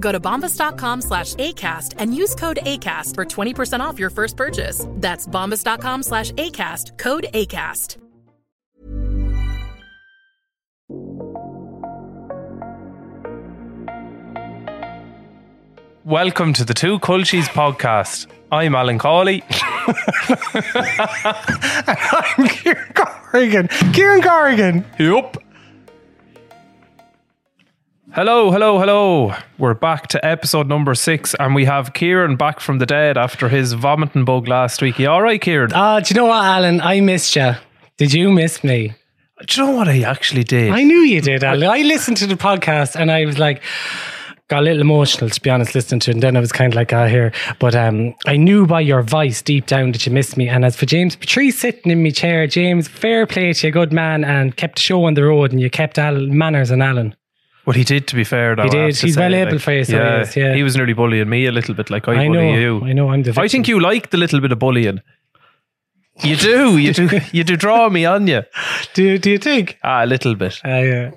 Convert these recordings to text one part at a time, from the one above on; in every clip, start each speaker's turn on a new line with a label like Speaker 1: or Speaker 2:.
Speaker 1: Go to bombas.com slash ACAST and use code ACAST for 20% off your first purchase. That's bombas.com slash ACAST, code ACAST.
Speaker 2: Welcome to the Two Culshies podcast. I'm Alan Cawley.
Speaker 3: I'm Kieran Corrigan. Kieran Corrigan.
Speaker 2: Yup. Hello, hello, hello. We're back to episode number six, and we have Kieran back from the dead after his vomiting bug last week. You all right, Kieran?
Speaker 3: Ah, do you know what, Alan? I missed you. Did you miss me?
Speaker 2: Do you know what I actually did?
Speaker 3: I knew you did, Alan. I listened to the podcast and I was like, got a little emotional, to be honest, listening to it. And then I was kind of like, ah, here. But um, I knew by your voice deep down that you missed me. And as for James Patrice sitting in my chair, James, fair play to you, good man, and kept the show on the road and you kept Al- Manners and Alan.
Speaker 2: Well, he did, to be fair, though.
Speaker 3: He
Speaker 2: I have
Speaker 3: did.
Speaker 2: to
Speaker 3: He's
Speaker 2: say,
Speaker 3: well able for you, so he is, yeah.
Speaker 2: He was nearly bullying me a little bit, like I,
Speaker 3: I
Speaker 2: bully
Speaker 3: know,
Speaker 2: you.
Speaker 3: I know, I'm the
Speaker 2: I think you like the little bit of bullying. You do. You do. you do draw me on you.
Speaker 3: Do, do you think?
Speaker 2: Ah, a little bit.
Speaker 3: Uh, yeah.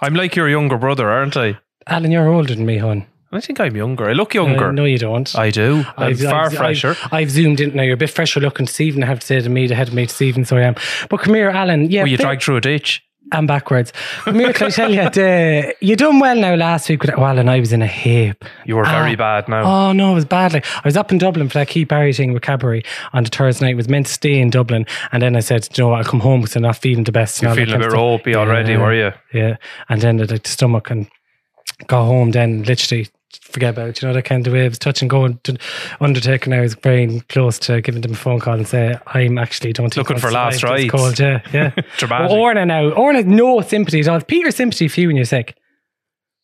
Speaker 2: I'm like your younger brother, aren't I?
Speaker 3: Alan, you're older than me, hon.
Speaker 2: I think I'm younger. I look younger.
Speaker 3: Uh, no, you don't.
Speaker 2: I do. I'm far fresher.
Speaker 3: I've, I've zoomed in now. You're a bit fresher looking, Stephen. I have to say to me, the head of me to Stephen, so I am. But come here, Alan. Yeah,
Speaker 2: Were you
Speaker 3: fair-
Speaker 2: dragged through a ditch?
Speaker 3: and backwards. Come here, can I tell you? The, you done well now last week. With, well, Alan, I was in a heap.
Speaker 2: You were very
Speaker 3: Ah.
Speaker 2: bad now.
Speaker 3: Oh no, it was bad. Like I was up in Dublin for that Keith Barry thing with Cabaret on the Thursday night. Was meant to stay in Dublin, and then I said, "Do you know what? I'll come home because I'm not feeling the best." and
Speaker 2: You're
Speaker 3: all that
Speaker 2: feeling a
Speaker 3: kind
Speaker 2: bit
Speaker 3: of
Speaker 2: ropey
Speaker 3: stuff."
Speaker 2: already,
Speaker 3: Yeah.
Speaker 2: were you?
Speaker 3: Yeah, and then the, like, the stomach and got home. Then literally forget about it. You know that kind of way. It was touch and go. And to Undertaker now is very close to giving them a phone call and say, "I'm actually don't think
Speaker 2: Looking for
Speaker 3: I'll
Speaker 2: last
Speaker 3: survive this
Speaker 2: rides."
Speaker 3: Cold. Yeah, yeah.
Speaker 2: Dramatic.
Speaker 3: Well, Orna now. Orna, no sympathy at all. Peter, sympathy for you when you're sick.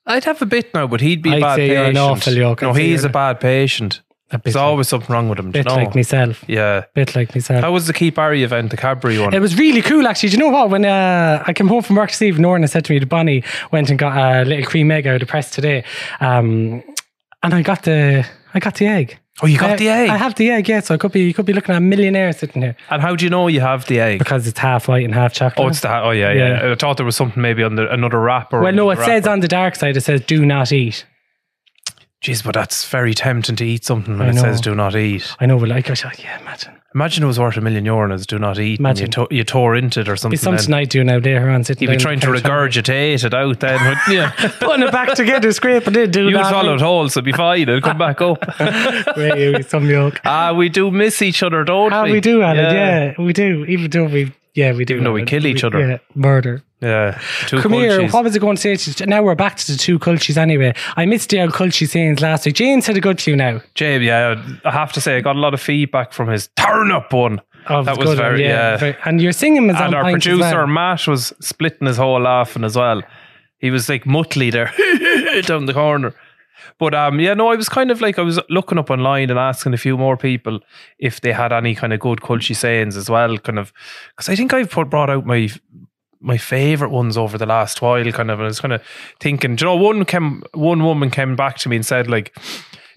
Speaker 2: I'd have a bit now, but he'd be a
Speaker 3: I'd
Speaker 2: bad
Speaker 3: say
Speaker 2: patient.
Speaker 3: you're an awful yoke.
Speaker 2: no,
Speaker 3: I'd say
Speaker 2: he's
Speaker 3: you're
Speaker 2: a
Speaker 3: a-
Speaker 2: bad patient.
Speaker 3: A bit,
Speaker 2: There's
Speaker 3: like,
Speaker 2: always something wrong with him. do you
Speaker 3: bit
Speaker 2: know?
Speaker 3: like myself.
Speaker 2: Yeah.
Speaker 3: Bit like myself.
Speaker 2: How was the Keep Barry event, the Cadbury one?
Speaker 3: It was really cool, actually. Do you know what? When uh, I came home from work this evening, Norna said to me, the bunny went and got a little cream egg out of the press today. Um, and I got the I got the egg.
Speaker 2: oh, you got
Speaker 3: I-
Speaker 2: the egg.
Speaker 3: I have the egg, yeah. So I could be you could be looking at a millionaire sitting here
Speaker 2: and how do you know you have the egg?
Speaker 3: because it's half white and half chocolate.
Speaker 2: Oh, it's the. Oh, yeah, yeah,
Speaker 3: Yeah.
Speaker 2: I thought there was something maybe on the, another wrapper.
Speaker 3: well, no, it
Speaker 2: another
Speaker 3: says
Speaker 2: wrapper.
Speaker 3: on the dark side. It says do not eat.
Speaker 2: Jeez, but that's very tempting to eat something when
Speaker 3: I
Speaker 2: it
Speaker 3: know.
Speaker 2: says do not eat.
Speaker 3: I know, but like I said, yeah, imagine.
Speaker 2: Imagine it was worth a million euro and it's do not eat.
Speaker 3: Imagine.
Speaker 2: And you, to- you tore into it or something.
Speaker 3: It's something
Speaker 2: then.
Speaker 3: I do now later on sitting.
Speaker 2: You'd be
Speaker 3: down
Speaker 2: trying to
Speaker 3: on the couch.
Speaker 2: regurgitate it out then, wouldn't you?
Speaker 3: putting it back together, scraping it, do
Speaker 2: you would
Speaker 3: not
Speaker 2: swallow it whole, so it'd be fine. It'll come back up.
Speaker 3: Wait, some milk.
Speaker 2: Ah, we do miss each other, don't
Speaker 3: Ah,
Speaker 2: we?
Speaker 3: we do, Alan. Yeah. we do. Even though we, yeah, we do.
Speaker 2: Even though we
Speaker 3: Alan.
Speaker 2: kill each other. oh,
Speaker 3: Yeah, murder.
Speaker 2: Yeah. Two
Speaker 3: Come here.
Speaker 2: cultures.
Speaker 3: What was it going to say? to- Now we're back to the two cultures anyway. I missed the old culture sayings last week. James had a good few now.
Speaker 2: Jabe, yeah, I have to say, I got a lot of feedback from his turn up one.
Speaker 3: Oh,
Speaker 2: that
Speaker 3: it's
Speaker 2: was
Speaker 3: good, Alan.
Speaker 2: very, yeah.
Speaker 3: very- And your singing was on
Speaker 2: and our
Speaker 3: point
Speaker 2: producer,
Speaker 3: as well.
Speaker 2: Matt, was splitting his whole laughing as well. He was like Muttley there down the corner. But um, yeah, no, I was kind of like, I was looking up online and asking a few more people if they had any kind of good culture sayings as well, kind of, because I think I've put, brought out my my favorite ones over the last while, kind of. And I was kind of thinking, do you know, one came, one woman came back to me and said, like,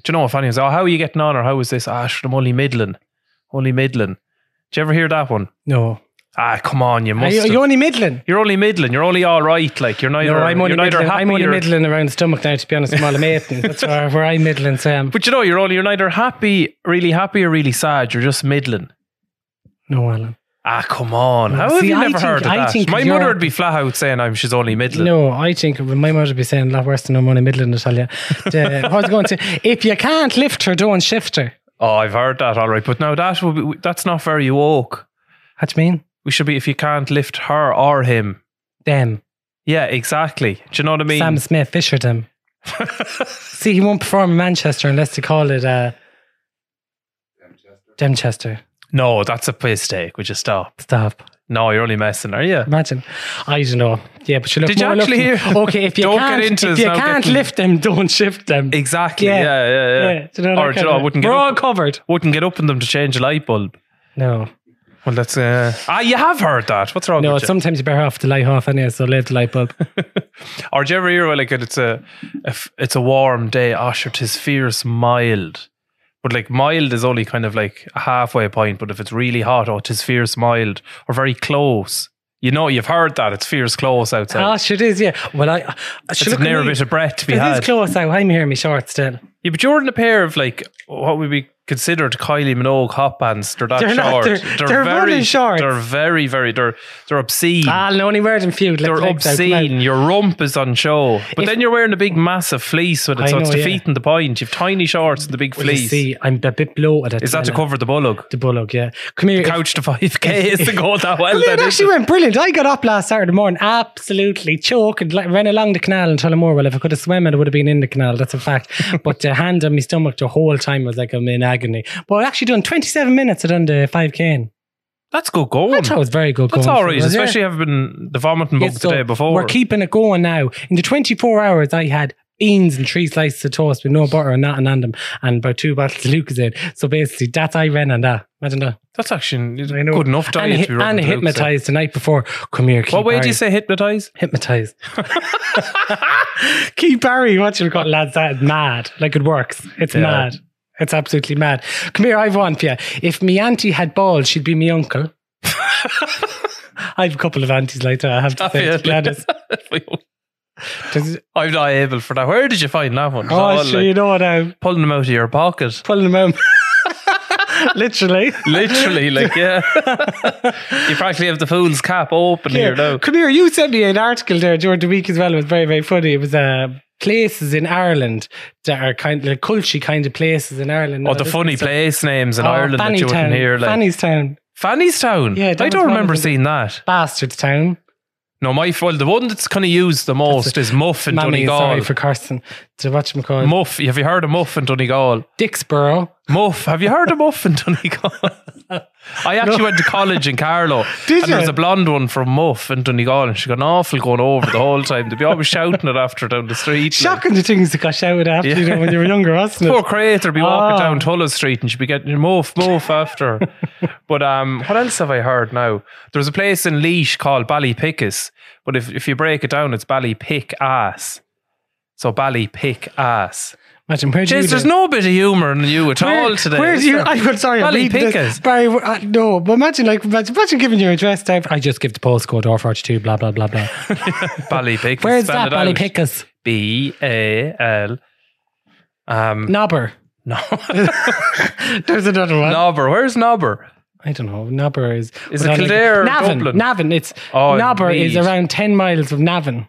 Speaker 2: do you know, if anyone's, oh, how are you getting on, or how is this? Ah, sure, I'm only middling. Only middling. Did you ever hear that one?
Speaker 3: No.
Speaker 2: Ah, come on, you
Speaker 3: Are
Speaker 2: must.
Speaker 3: you,
Speaker 2: have.
Speaker 3: you're only middling.
Speaker 2: You're only middling. You're only all right. Like you're neither.
Speaker 3: No, I'm only,
Speaker 2: you're neither
Speaker 3: middling,
Speaker 2: happy.
Speaker 3: I'm only
Speaker 2: or-
Speaker 3: middling around the stomach now, to be honest. I'm all mating. That's where, where I'm middling, Sam.
Speaker 2: But you know, you're only you're neither happy, really happy, or really sad. You're just middling.
Speaker 3: No, Alan.
Speaker 2: Ah, come on.
Speaker 3: No,
Speaker 2: How have
Speaker 3: see,
Speaker 2: you
Speaker 3: I
Speaker 2: never
Speaker 3: think-
Speaker 2: heard of
Speaker 3: I
Speaker 2: that?
Speaker 3: think
Speaker 2: My
Speaker 3: you're-
Speaker 2: mother would be flat out saying I'm she's only middling.
Speaker 3: No, I think well, my mother would be saying a lot worse than I'm only middling, I tell you. The, what was I going to say? If you can't lift her, don't shift her.
Speaker 2: Oh, I've heard that. All right, but now that would be, that's not very woke.
Speaker 3: What do you mean?
Speaker 2: We should be if you can't lift her or him.
Speaker 3: Them.
Speaker 2: Yeah, exactly. Do you know what I mean?
Speaker 3: Sam Smith, Fisher them. See, he won't perform in Manchester unless they call it uh, Demchester.
Speaker 2: no, that's a piss take. Would you stop?
Speaker 3: Stop.
Speaker 2: No, you're only messing, are you?
Speaker 3: Imagine. I don't know. Yeah, but you look
Speaker 2: Did you
Speaker 3: more
Speaker 2: actually
Speaker 3: looking-
Speaker 2: hear-
Speaker 3: Okay, if you
Speaker 2: Don't get
Speaker 3: can't,
Speaker 2: into
Speaker 3: if
Speaker 2: this
Speaker 3: you
Speaker 2: now,
Speaker 3: can't
Speaker 2: getting-
Speaker 3: lift them, don't shift them.
Speaker 2: Exactly.
Speaker 3: Yeah.
Speaker 2: Yeah, yeah, yeah.
Speaker 3: Yeah, do you know that
Speaker 2: or do you
Speaker 3: kind
Speaker 2: know,
Speaker 3: of-
Speaker 2: wouldn't get
Speaker 3: We're all
Speaker 2: up,
Speaker 3: covered.
Speaker 2: wouldn't get up in them to change a light bulb.
Speaker 3: No,
Speaker 2: Well, that's uh, ah, you have heard that. What's wrong?
Speaker 3: no.
Speaker 2: with you?
Speaker 3: Sometimes you better off the light off anyway, so leave the light bulb.
Speaker 2: Or do you ever hear well, like it's a if it's a warm day, oh sure, tis fierce mild. But like mild is only kind of like a halfway point, but if it's really hot, oh tis fierce mild or very close. You know, you've heard that it's fierce close outside.
Speaker 3: Ah, sure it is. Yeah. Well, I. Uh,
Speaker 2: it's a narrow bit of breath to be
Speaker 3: It is
Speaker 2: had. Mm.
Speaker 3: close now. I'm here in my shorts still.
Speaker 2: Yeah, but you're in a pair of like what would be considered Kylie Minogue hot pants. They're that
Speaker 3: They're not-
Speaker 2: short.
Speaker 3: they're- they're running shorts.
Speaker 2: They're very, very. They're they're obscene.
Speaker 3: I'll Ah, only wear them few. Like,
Speaker 2: they're
Speaker 3: legs out, come out.
Speaker 2: obscene. Your rump is on show, but
Speaker 3: If-
Speaker 2: then you're wearing a big, massive fleece with it,
Speaker 3: I
Speaker 2: so it's
Speaker 3: know, yeah.
Speaker 2: defeating the point. You've tiny shorts and the big
Speaker 3: Well, you
Speaker 2: fleece.
Speaker 3: see, I'm a bit bloated. At
Speaker 2: Is that to
Speaker 3: the minute.
Speaker 2: cover the bullock?
Speaker 3: the bullock? Yeah. Come here. if-
Speaker 2: Couch to five k is to go that well.
Speaker 3: Well, it
Speaker 2: then,
Speaker 3: actually
Speaker 2: isn't it?
Speaker 3: went brilliant. I got up last Saturday morning, absolutely choking, like, ran along the canal in Tullamore. Well, if I could have swum it, I would have been in the canal. That's a fact. but the hand on my stomach the whole time was like I'm in agony. But I actually done 27 minutes. I done the 5k. In.
Speaker 2: That's good
Speaker 3: I
Speaker 2: going.
Speaker 3: thought it was very good.
Speaker 2: That's
Speaker 3: going
Speaker 2: all
Speaker 3: for
Speaker 2: right,
Speaker 3: us, yeah.
Speaker 2: especially having been the vomiting
Speaker 3: Yeah,
Speaker 2: bug
Speaker 3: so
Speaker 2: the day before.
Speaker 3: We're keeping it going now. In the 24 hours, I had beans and three slices of toast with no butter and nothing on them, and about two bottles of Lucozade. So basically, that's I ran on that. Imagine that.
Speaker 2: That's actually
Speaker 3: I know.
Speaker 2: good enough diet
Speaker 3: and
Speaker 2: to be rubbing
Speaker 3: and
Speaker 2: the Luke's in.
Speaker 3: hypnotized the night before. Come here,
Speaker 2: What way do you
Speaker 3: Barry.
Speaker 2: say hypnotize?
Speaker 3: Hypnotized. Keith Barry, what you got, lads? That is mad. Like it works. It's
Speaker 2: Yeah.
Speaker 3: mad. It's absolutely mad. Come here, I've one for you. If me auntie had balls, she'd be me uncle. I have a couple of aunties like that. I
Speaker 2: Ah,
Speaker 3: have to say, to be honest. Does-
Speaker 2: I'm not able for that. Where did you find that one? It's all,
Speaker 3: Oh, sure,
Speaker 2: like,
Speaker 3: you know what I'm
Speaker 2: pulling them out of your pocket.
Speaker 3: pulling them out. Literally.
Speaker 2: Literally, like yeah. you practically have the fool's cap open here now.
Speaker 3: Come here, you sent me an article there during the week as well. It was very, very funny. It was uh, places in Ireland that are kind of like culture kind of places in Ireland.
Speaker 2: Oh,
Speaker 3: Now,
Speaker 2: the
Speaker 3: this
Speaker 2: funny
Speaker 3: is so-
Speaker 2: place names in
Speaker 3: Oh,
Speaker 2: Ireland that you
Speaker 3: Fannytown,
Speaker 2: wouldn't hear, like Fanny's,
Speaker 3: Fannystown,
Speaker 2: Town.
Speaker 3: Yeah, that
Speaker 2: I
Speaker 3: was
Speaker 2: don't
Speaker 3: one
Speaker 2: remember
Speaker 3: of the-
Speaker 2: seeing that.
Speaker 3: Bastards Town.
Speaker 2: No, my well, the one that's kind of used the most is Muff in
Speaker 3: Mammy, sorry
Speaker 2: Donegal.
Speaker 3: for Carson. To watch him call
Speaker 2: Muff, have you heard of Muff in Donegal?
Speaker 3: Dixborough.
Speaker 2: Muff, have you heard of Muff in Donegal? I actually went to college in Carlow.
Speaker 3: Did
Speaker 2: and there was
Speaker 3: you?
Speaker 2: a blonde one from Muff in Donegal, and she got an awful going over the whole time. They'd be always shouting it after down the street. like.
Speaker 3: Shocking the things that got shouted after you know, when you were younger, wasn't
Speaker 2: Poor
Speaker 3: it?
Speaker 2: creator be walking
Speaker 3: Ah.
Speaker 2: down Tullow Street and she'd be getting muff, muff after. her. but um, what else have I heard now? There's a place in Leash called Ballypickus, but if, if you break it down, it's Ballypick Ass. So Ballypick Ass.
Speaker 3: Imagine where do you
Speaker 2: Jeez, there's
Speaker 3: live?
Speaker 2: no bit of humour in you at all today.
Speaker 3: Where
Speaker 2: is
Speaker 3: do you?
Speaker 2: there?
Speaker 3: I'm sorry, I'm reading this.
Speaker 2: Ballypickus.
Speaker 3: Barry, w- uh, no, but imagine like imagine, imagine giving your address. Dave. I just give the postcode or forty two. Blah blah blah blah.
Speaker 2: Ballypickus.
Speaker 3: Where's
Speaker 2: spell it
Speaker 3: that?
Speaker 2: out.
Speaker 3: Ballypickus,
Speaker 2: B A L. Um,
Speaker 3: Nobber.
Speaker 2: no.
Speaker 3: There's another one.
Speaker 2: Nobber. Where's Nobber?
Speaker 3: I don't know. Nobber is
Speaker 2: Is
Speaker 3: was
Speaker 2: it
Speaker 3: that like-
Speaker 2: Kildare or
Speaker 3: Navan.
Speaker 2: Dublin?
Speaker 3: Navan. It's
Speaker 2: Oh,
Speaker 3: Nobber is
Speaker 2: Meath.
Speaker 3: around ten miles of Navan.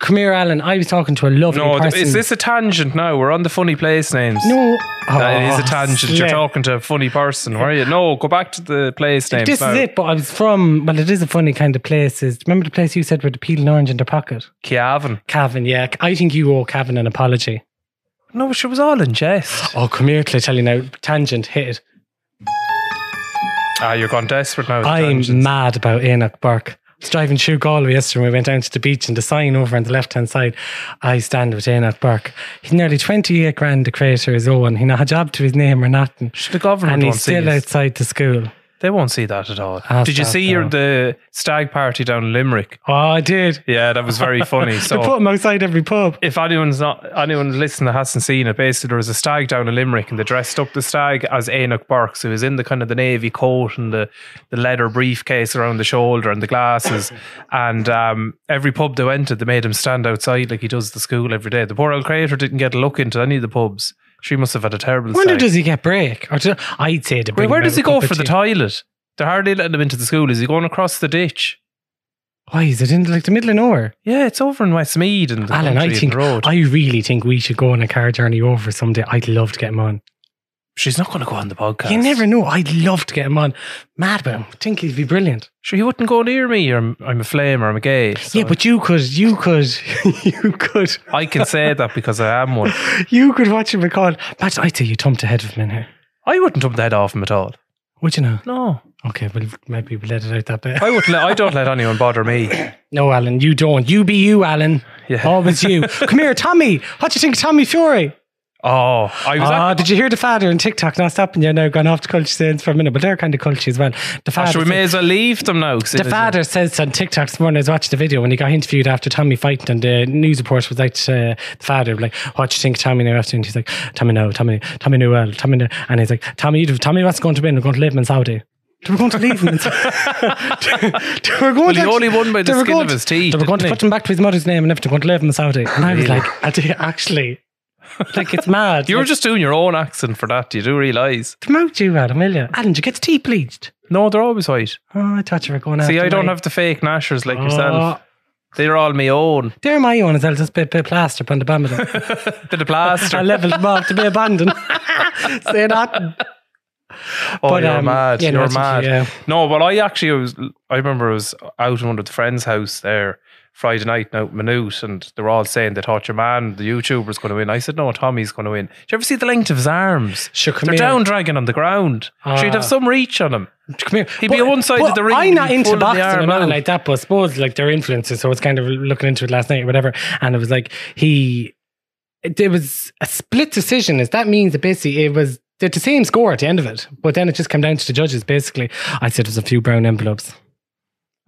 Speaker 3: Come here, Alan. I was talking to a lovely
Speaker 2: No, th-
Speaker 3: person.
Speaker 2: is this a tangent now? We're on the funny place names.
Speaker 3: no,
Speaker 2: That is
Speaker 3: Oh,
Speaker 2: a tangent. You're
Speaker 3: slip.
Speaker 2: talking to a funny person, are you? No, go back to the place names.
Speaker 3: This
Speaker 2: now.
Speaker 3: is it, but I was from. Well, it is a funny kind of place. Is remember the place you said with the peel and orange in their pocket?
Speaker 2: Kiavin.
Speaker 3: Cavan, yeah. I think you owe Cavan an apology.
Speaker 2: No, she was all in jest.
Speaker 3: Oh, come here, till I tell you now. Tangent, hit it.
Speaker 2: Ah, you're gone desperate now. with the
Speaker 3: I'm
Speaker 2: tangents.
Speaker 3: mad about Enoch Burke. I was driving through Galway yesterday when we went down to the beach and the sign over on the left hand side, I stand with Enoch Burke. He's nearly 28 grand the creator is owing. He not a job to his name or nothing.
Speaker 2: The government
Speaker 3: And
Speaker 2: won't
Speaker 3: he's
Speaker 2: see
Speaker 3: still
Speaker 2: us.
Speaker 3: outside the school.
Speaker 2: They won't see that at all.
Speaker 3: Ah,
Speaker 2: Did you
Speaker 3: stop,
Speaker 2: see your,
Speaker 3: no.
Speaker 2: the stag party down in Limerick?
Speaker 3: Oh, I did.
Speaker 2: Yeah, that was very funny.
Speaker 3: they put
Speaker 2: So
Speaker 3: them outside every pub.
Speaker 2: if anyone's not anyone listening that hasn't seen it, basically there was a stag down in Limerick and they dressed up the stag as Enoch Burks, who was in the kind of the navy coat and the, the leather briefcase around the shoulder and the glasses. and um, every pub they went to, they made him stand outside like he does at the school every day. The poor old creator didn't get a look into any of the pubs. She must have had a terrible.
Speaker 3: I wonder
Speaker 2: stag.
Speaker 3: does he get break? Or do, I'd say to
Speaker 2: Wait,
Speaker 3: bring
Speaker 2: where
Speaker 3: him
Speaker 2: does
Speaker 3: out
Speaker 2: he
Speaker 3: a cup
Speaker 2: go
Speaker 3: of
Speaker 2: for the
Speaker 3: tea.
Speaker 2: toilet? They're hardly letting him into the school. Is he going across the ditch?
Speaker 3: Why is it in like the middle of nowhere?
Speaker 2: Yeah, it's over in Westmead and the
Speaker 3: Alan, I
Speaker 2: country and
Speaker 3: think
Speaker 2: the road.
Speaker 3: I really think we should go on a car journey over someday. I'd love to get him on.
Speaker 2: She's not going to go on the podcast.
Speaker 3: You never know. I'd love to get him on. Mad about him. I think he'd be brilliant.
Speaker 2: Sure, he wouldn't go near me. Or I'm, I'm a flame or I'm a gay. so
Speaker 3: yeah, but you could, you could, you could,
Speaker 2: I can say that because I am one.
Speaker 3: you could watch him recall. But I'd say you thumped ahead of him in here.
Speaker 2: I wouldn't dump the head off him at all.
Speaker 3: Would you know?
Speaker 2: No,
Speaker 3: Okay, well, maybe we let it out that bit.
Speaker 2: I would. Let, I don't let anyone bother me.
Speaker 3: No, Alan, you don't. You be you, Alan.
Speaker 2: Yeah.
Speaker 3: Always you. Come here, Tommy. What do you think of Tommy Fury?
Speaker 2: Oh, I was.
Speaker 3: Ah,
Speaker 2: at-
Speaker 3: did you hear the father in TikTok not stopping you now gone off to culture scenes for a minute, but they're kind of culture as well. The
Speaker 2: Oh,
Speaker 3: father,
Speaker 2: should we may as well leave them now? 'cause
Speaker 3: the
Speaker 2: it is-
Speaker 3: father says on TikTok this morning I was watching the video when he got interviewed after Tommy fighting and the news report was like to the father like, What do you think of Tommy now after? And he's like, Tommy no, Tommy, Tommy knew well, Tommy no. and he's like, Tommy, you- Tommy what's going to win? We're going to leave him in Saudi. They were going to leave him. in Saudi. they were going
Speaker 2: Well,
Speaker 3: to
Speaker 2: he only won by
Speaker 3: they
Speaker 2: the
Speaker 3: were
Speaker 2: skin
Speaker 3: going
Speaker 2: of
Speaker 3: to-
Speaker 2: his teeth.
Speaker 3: They were going to
Speaker 2: didn't
Speaker 3: put him back to his mother's name and everything, going to leave him in Saudi. And I was
Speaker 2: Really?
Speaker 3: like, I did actually. Like it's mad.
Speaker 2: he? you
Speaker 3: Like,
Speaker 2: were just doing your own accent for that. You do realise?
Speaker 3: promote you, Adam, will you? Adam, did you get the tea bleached?
Speaker 2: No, they're always white.
Speaker 3: Oh, I thought you were going out.
Speaker 2: See, I don't have the fake nashers like
Speaker 3: Oh.
Speaker 2: yourself. They're all my own.
Speaker 3: They're my own as well, just bit bit plaster upon the bottom of them.
Speaker 2: They're the
Speaker 3: I
Speaker 2: plaster.
Speaker 3: levelled them off to be abandoned. er Say that.
Speaker 2: Oh,
Speaker 3: But,
Speaker 2: you're
Speaker 3: um,
Speaker 2: mad.
Speaker 3: yeah, no,
Speaker 2: you're
Speaker 3: it's
Speaker 2: mad.
Speaker 3: actually- yeah.
Speaker 2: No, but I actually was. I remember I was out in one of the friends' house there Friday night and out minute, and they were all saying they thought your man, the YouTuber's going to win. I said, no, Tommy's going to win. Do you ever see the length of his arms?
Speaker 3: Sure, come
Speaker 2: They're
Speaker 3: here.
Speaker 2: down dragging on the ground.
Speaker 3: Ah.
Speaker 2: She'd have some reach on him.
Speaker 3: Come here.
Speaker 2: He'd be on one side of the ring,
Speaker 3: I'm not
Speaker 2: he'd
Speaker 3: into
Speaker 2: pull the
Speaker 3: boxing
Speaker 2: arm
Speaker 3: and nothing
Speaker 2: out.
Speaker 3: like that, but I suppose like they're influences. So it's kind of looking into it last night or whatever. And it was like he, there was a split decision. Is that means that basically it was they're the same score at the end of it, but then it just came down to the judges. Basically, I said it was a few brown envelopes.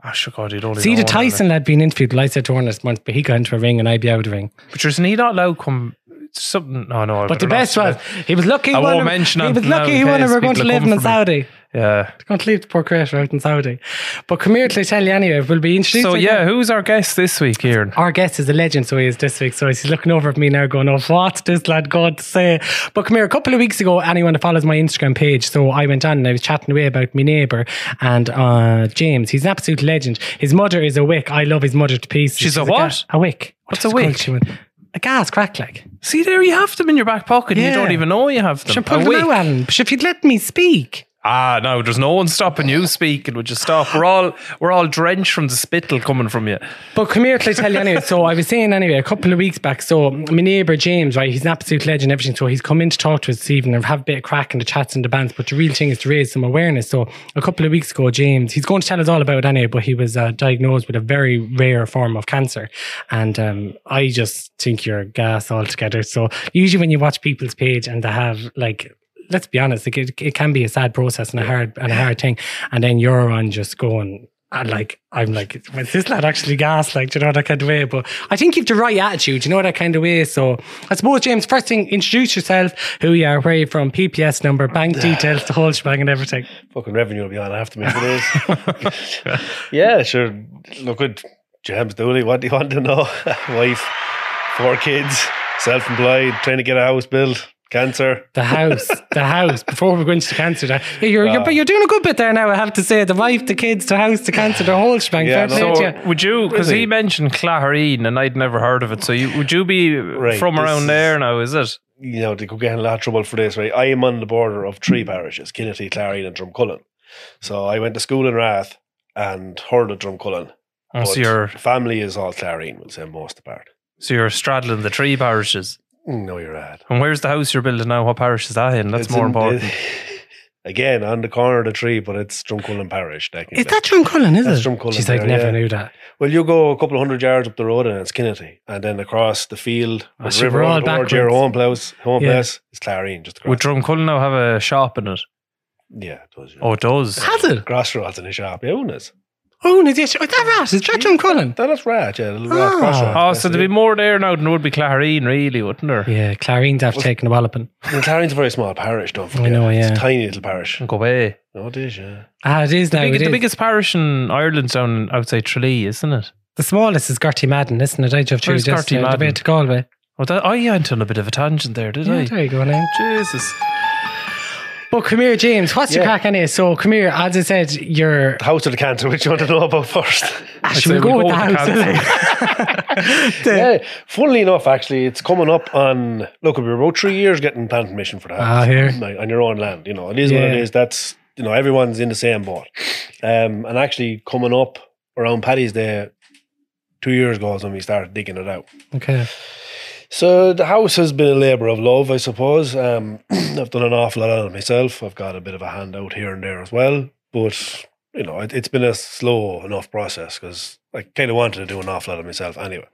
Speaker 2: Oh, sure, God, he'd only
Speaker 3: See,
Speaker 2: know
Speaker 3: the
Speaker 2: one, wouldn't
Speaker 3: Tyson lad being interviewed, I said to Warner this month, but he got into a ring and I'd be out of the ring.
Speaker 2: he? But isn't he not allowed come? Something. No, no. I
Speaker 3: But
Speaker 2: better
Speaker 3: the
Speaker 2: not
Speaker 3: best
Speaker 2: say
Speaker 3: was,
Speaker 2: that.
Speaker 3: he was lucky. he
Speaker 2: I
Speaker 3: won
Speaker 2: won't
Speaker 3: him-
Speaker 2: mention
Speaker 3: He
Speaker 2: it
Speaker 3: was
Speaker 2: now
Speaker 3: lucky
Speaker 2: in
Speaker 3: he won
Speaker 2: case
Speaker 3: and we're going to
Speaker 2: people are
Speaker 3: leave him
Speaker 2: coming
Speaker 3: in
Speaker 2: for
Speaker 3: Saudi.
Speaker 2: Yeah.
Speaker 3: They're going to leave the poor creator out in Saudi. But come here till I tell you anyway, we'll be introduced.
Speaker 2: So,
Speaker 3: again.
Speaker 2: yeah, who's our guest this week, Kieran?
Speaker 3: Our guest is a legend, so he is this week. So he's looking over at me now, going, "Oh, what's this lad going to say?" But come here, a couple of weeks ago, anyone that follows my Instagram page, so I went on and I was chatting away about my neighbour and uh, James. He's an absolute legend. His mother is a wick. I love his mother to pieces.
Speaker 2: She's a what?
Speaker 3: gas- A wick.
Speaker 2: What's
Speaker 3: What
Speaker 2: a
Speaker 3: is it
Speaker 2: wick?
Speaker 3: called? She went, A gas crack like.
Speaker 2: See, there you have them in your back pocket. and
Speaker 3: Yeah.
Speaker 2: You don't even know you have them.
Speaker 3: Should
Speaker 2: A
Speaker 3: put them
Speaker 2: week.
Speaker 3: out, Alan. But if you'd let me speak.
Speaker 2: Ah, no, there's no one stopping you speaking. Would you stop? We're all we're all drenched from the spittle coming from you.
Speaker 3: But come here till I tell you anyway. So I was saying anyway, a couple of weeks back, so my neighbour James, right, he's an absolute legend and everything. So he's come in to talk to us this evening and have a bit of crack in the chats and the bands. But the real thing is to raise some awareness. So a couple of weeks ago, James, he's going to tell us all about it anyway, but he was uh, diagnosed with a very rare form of cancer. And um, I just think you're gas altogether. So usually when you watch people's page and they have like let's be honest, like it, it can be a sad process and a hard and a hard thing. And then you're on just going. And like I'm like, was this lad actually gas? Like, do you know that kind of way? But I think you've the right attitude, you know that kind of way. So I suppose James, first thing, introduce yourself, who you are, where you're from, PPS number, bank details, the whole shebang and everything.
Speaker 4: fucking revenue will be on after me for this. yeah, sure. Look at James Dooley. What do you want to know? Wife, four kids, self employed, trying to get a house built, cancer.
Speaker 3: The house, the house. Before we go into the cancer, that yeah, you're,
Speaker 4: Uh.
Speaker 3: you're but you're doing a good bit there now. I have to say, the wife, the kids, the house, the cancer, the whole shebang.
Speaker 4: Yeah,
Speaker 3: Fair play
Speaker 4: no.
Speaker 3: to
Speaker 2: So
Speaker 3: you.
Speaker 2: would you? Because
Speaker 4: Really?
Speaker 2: he mentioned Clahereen, and I'd never heard of it. So you, would you be from
Speaker 4: this
Speaker 2: around
Speaker 4: is-
Speaker 2: there now? Is it?
Speaker 4: You know, they could get in a lot of trouble for this, right? I am on the border of three parishes Kinnity, Clarion, and Drumcullen. So I went to school in Rath and heard of Drumcullen.
Speaker 2: Oh,
Speaker 4: but
Speaker 2: so you're
Speaker 4: family is all Clarion, we'll say most apart.
Speaker 2: so you're straddling the three parishes.
Speaker 4: No, you're right.
Speaker 2: And where's the house you're building now? What parish is that in? That's
Speaker 4: It's
Speaker 2: more
Speaker 4: in-
Speaker 2: important.
Speaker 4: again, on the corner of the tree, but it's Drumcullen Parish.
Speaker 3: Is
Speaker 4: technically.
Speaker 3: that John Cullen? Is
Speaker 4: That's
Speaker 3: it?
Speaker 4: John Cullen
Speaker 3: She's like,
Speaker 4: there,
Speaker 3: never
Speaker 4: yeah.
Speaker 3: knew that.
Speaker 4: Well, you go a couple of hundred yards up the road and it's Kinnity, and then across the field,
Speaker 3: Oh,
Speaker 4: the
Speaker 3: so
Speaker 4: river
Speaker 3: we're all
Speaker 4: over towards your
Speaker 3: backwards.
Speaker 4: home place, home
Speaker 3: Yeah.
Speaker 4: place is Clarine. Just
Speaker 2: Would
Speaker 4: across.
Speaker 2: Drumcullen now have a shop in it?
Speaker 4: Yeah, it does. Yeah.
Speaker 2: Oh, it does.
Speaker 3: Has it?
Speaker 4: Grassroots in a shop, yeah, wouldn't it?
Speaker 3: Oh, no, yes. Oh, that rat is Dretchum Cullen.
Speaker 4: No, that's right, yeah. The little
Speaker 3: Ah.
Speaker 4: rat crossroads.
Speaker 2: Oh,
Speaker 4: that's
Speaker 2: so
Speaker 4: it.
Speaker 2: there'd be more there now than would be Clarine, really, wouldn't there?
Speaker 3: Yeah, Clarine's after taking a walloping.
Speaker 4: And Clarine's a very small parish, don't forget.
Speaker 3: know, yeah. Hmm.
Speaker 4: It's a tiny little parish.
Speaker 2: Go away.
Speaker 4: Oh, it is, yeah.
Speaker 3: Ah, it is now.
Speaker 2: Big-
Speaker 3: it
Speaker 2: the
Speaker 3: is.
Speaker 2: biggest parish in Ireland's down outside Tralee, isn't it?
Speaker 3: The smallest is Gertie Madden, isn't it? I drove through
Speaker 2: Where's
Speaker 3: just
Speaker 2: Garty
Speaker 3: now, the way
Speaker 2: Madden?
Speaker 3: to Galway.
Speaker 2: Oh, that, I went on a bit of a tangent there, did
Speaker 3: Yeah,
Speaker 2: I?
Speaker 3: there you go now.
Speaker 2: Jesus.
Speaker 3: But come here, James. What's your
Speaker 4: Yeah.
Speaker 3: crack anyway? So come here. As I said, you're.
Speaker 4: The house of the cancer, which you want to know about first.
Speaker 3: Actually,
Speaker 2: say
Speaker 3: we'll go
Speaker 2: we'll
Speaker 3: with the
Speaker 2: go
Speaker 3: house.
Speaker 2: with the
Speaker 4: yeah, funnily enough, actually, it's coming up on, look, it'll be about three years getting planning permission for that.
Speaker 3: Ah, here.
Speaker 4: Like, on your own land. You know, it is what it
Speaker 3: Yeah.
Speaker 4: is. That's you know, everyone's in the same boat. Um, and actually, coming up around Paddy's Day two years ago is when we started digging it out.
Speaker 3: Okay.
Speaker 4: So the house has been a labour of love, I suppose. Um, I've done an awful lot on it myself. I've got a bit of a hand out here and there as well, but you know, it, it's been a slow enough process because I kind of wanted to do an awful lot of myself anyway.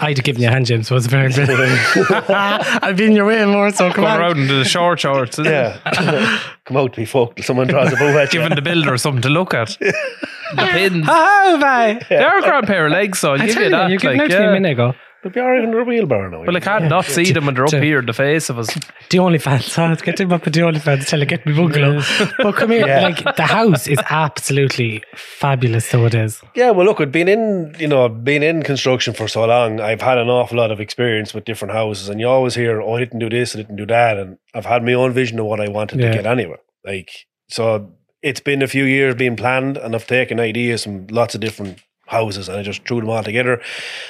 Speaker 3: I'd have given you a hand, James, was very good. I've been your way more, so come
Speaker 2: Going
Speaker 3: on.
Speaker 2: around into the short shorts, isn't it?
Speaker 4: Yeah, come out to be fucked. Someone draws a bow at you.
Speaker 2: Giving the builder something to look at. the pins.
Speaker 3: Oh, bye.
Speaker 2: They are a grand pair of legs, so I'll
Speaker 3: I
Speaker 2: give
Speaker 3: tell
Speaker 2: you
Speaker 3: you,
Speaker 2: that.
Speaker 3: you're giving
Speaker 2: like,
Speaker 3: out to me a
Speaker 2: yeah.
Speaker 3: minute ago.
Speaker 4: It'll be all right under a wheelbarrow now. you
Speaker 2: Well, I
Speaker 4: know.
Speaker 2: can't not see them when they're up
Speaker 3: to-
Speaker 2: here in the face of us.
Speaker 3: The OnlyFans. I'll get him up with the OnlyFans. Tell him get me bungalow. but come here.
Speaker 4: Yeah.
Speaker 3: Like, the house is absolutely fabulous, so it is.
Speaker 4: Yeah, well, look, I've been in, you know, I've been in construction for so long. I've had an awful lot of experience with different houses, and you always hear, "Oh, I didn't do this, I didn't do that," and I've had my own vision of what I wanted
Speaker 3: Yeah.
Speaker 4: to get anyway. Like, so it's been a few years being planned, and I've taken ideas from lots of different houses, and I just threw them all together,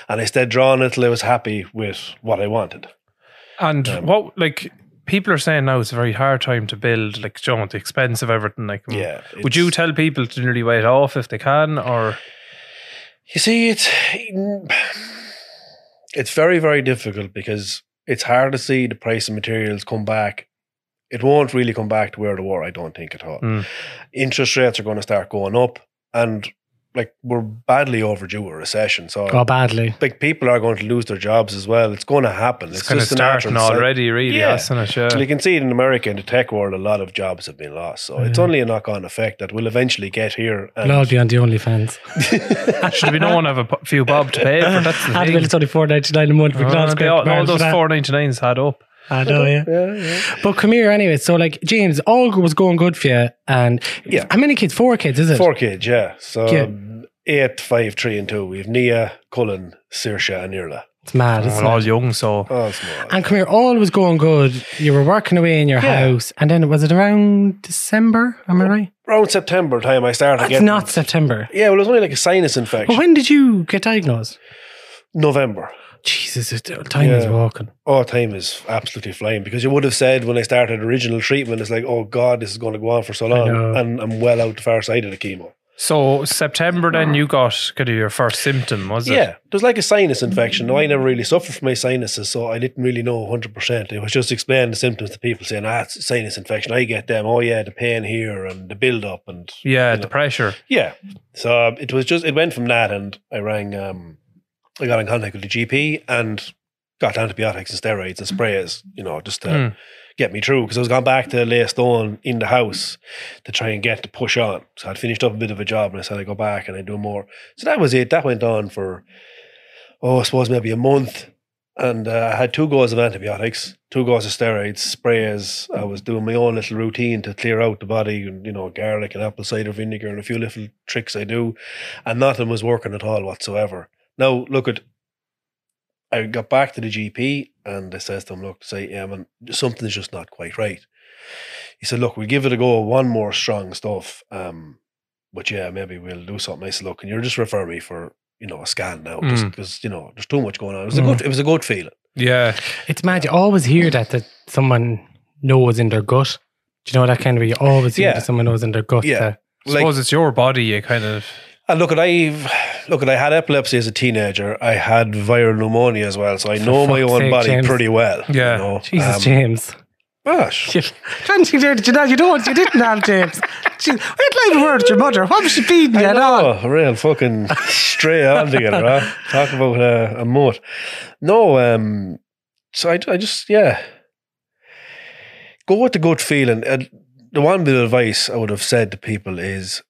Speaker 4: and I stayed drawing it till I was happy with what I wanted.
Speaker 2: And what, like, people are saying now it's a very hard time to build, like, do you know, the expense of everything. Like,
Speaker 4: Yeah,
Speaker 2: would you
Speaker 4: it's-
Speaker 2: tell people to nearly wait off if they can, or
Speaker 4: You see, it's it's very very difficult because it's hard to see the price of materials come back. It won't really come back to where they were, I don't think at all.
Speaker 2: Mm.
Speaker 4: Interest rates are going to start going up, and like we're badly overdue a recession. So
Speaker 3: Oh, badly.
Speaker 4: like people are going to lose their jobs as well. It's going to happen.
Speaker 2: it's, kind of
Speaker 4: just a natural
Speaker 2: starting
Speaker 4: cycle.
Speaker 2: already, really,
Speaker 4: Yeah.
Speaker 2: isn't it? Yeah.
Speaker 4: So you can see it in America in the tech world, a lot of jobs have been lost. So it's only a knock-on effect that will eventually get here. And
Speaker 3: It'll all be on the OnlyFans.
Speaker 2: Should we no one have a p- few bob to pay for? That's the
Speaker 3: Had
Speaker 2: thing.
Speaker 3: well, it's only four ninety nine a month. We
Speaker 2: Uh,
Speaker 3: can all
Speaker 2: they
Speaker 3: scrape
Speaker 2: all,
Speaker 3: the
Speaker 2: all
Speaker 3: barrel for
Speaker 2: those
Speaker 3: that.
Speaker 2: four ninety nines had up.
Speaker 3: I know, yeah.
Speaker 4: yeah, yeah.
Speaker 3: But come here anyway. So like James, all was going good for you, and
Speaker 4: Yeah.
Speaker 3: how many kids? Four kids, is it?
Speaker 4: Four kids, yeah. So
Speaker 3: Yeah.
Speaker 4: um, eight, five, three, and two. We have Nia, Cullen, Saoirse, and Irla.
Speaker 3: It's mad. Isn't
Speaker 2: Well, all
Speaker 3: it?
Speaker 2: young, so
Speaker 4: Oh, small.
Speaker 3: And come here, all was going good. You were working away in your
Speaker 4: Yeah.
Speaker 3: house, and then was it around December? Am I right?
Speaker 4: Around September time, I started
Speaker 3: That's
Speaker 4: getting.
Speaker 3: not September.
Speaker 4: yeah, well, it was only like a sinus
Speaker 3: But
Speaker 4: infection.
Speaker 3: when did you get diagnosed?
Speaker 4: November.
Speaker 3: Jesus, it- time is
Speaker 4: Yeah.
Speaker 3: walking.
Speaker 4: Oh, time is absolutely flying because you would have said when I started original treatment, it's like, oh God, this is going to go on for so
Speaker 3: know.
Speaker 4: long, and I'm well out the far side of the chemo.
Speaker 2: so September. Then you got kind of your first symptom, was it?
Speaker 4: Yeah, there's like a sinus infection. Now, I never really suffered from my sinuses, so I didn't really know 100%. It was just explaining the symptoms to people saying, ah, it's sinus infection. I get them. Oh, yeah, the pain here and the build up and
Speaker 2: Yeah,
Speaker 4: you
Speaker 2: the
Speaker 4: know.
Speaker 2: pressure.
Speaker 4: Yeah. So um, it was just it went from that, and I rang. Um, I got in contact with the GP and got antibiotics and steroids and sprays, you know, just to
Speaker 2: Mm.
Speaker 4: get me through. Because I was going back to lay stone in the house to try and get the push on. So I'd finished up a bit of a job, and I said I'd go back and I'd do more. So that was it. That went on for oh, I suppose maybe a month. And uh, I had two goes of antibiotics, two goes of steroids, sprays. I was doing my own little routine to clear out the body, and you know, garlic and apple cider vinegar and a few little tricks I do, and nothing was working at all whatsoever. Now look at, I got back to the GP and I says to him, look, say, yeah, man, something's just not quite right. He said, look, we'll give it a go, one more strong stuff, um, but yeah, maybe we'll do something. I said, look, and you just refer me for you know a scan now, just
Speaker 2: Mm.
Speaker 4: because you know there's too much going on. It was a
Speaker 3: Mm.
Speaker 4: good, it was a good feeling.
Speaker 2: Yeah,
Speaker 3: It's mad. You always hear that that someone knows in their gut. Do you know that kind of? way? You always hear
Speaker 4: Yeah.
Speaker 3: that someone knows in their gut.
Speaker 4: Yeah.
Speaker 3: that-
Speaker 2: I suppose it's your body. You kind of
Speaker 4: And look at I've look at I had epilepsy as a teenager. I had viral pneumonia as well, so I know my
Speaker 3: fuck's
Speaker 4: own
Speaker 3: sake,
Speaker 4: body
Speaker 3: James.
Speaker 4: pretty well. you
Speaker 2: Yeah.
Speaker 4: know.
Speaker 3: Jesus,
Speaker 4: Um,
Speaker 3: James.
Speaker 4: gosh.
Speaker 3: You- Fancy there that you know you don't you didn't have James. She- We'd like a word with your mother. What was she feeding you
Speaker 4: I
Speaker 3: at all?
Speaker 4: know, a real fucking stray altogether. huh? Talk about uh, a, a moat. No, um, so I, I just yeah, go with the good feeling. And the one bit of advice I would have said to people is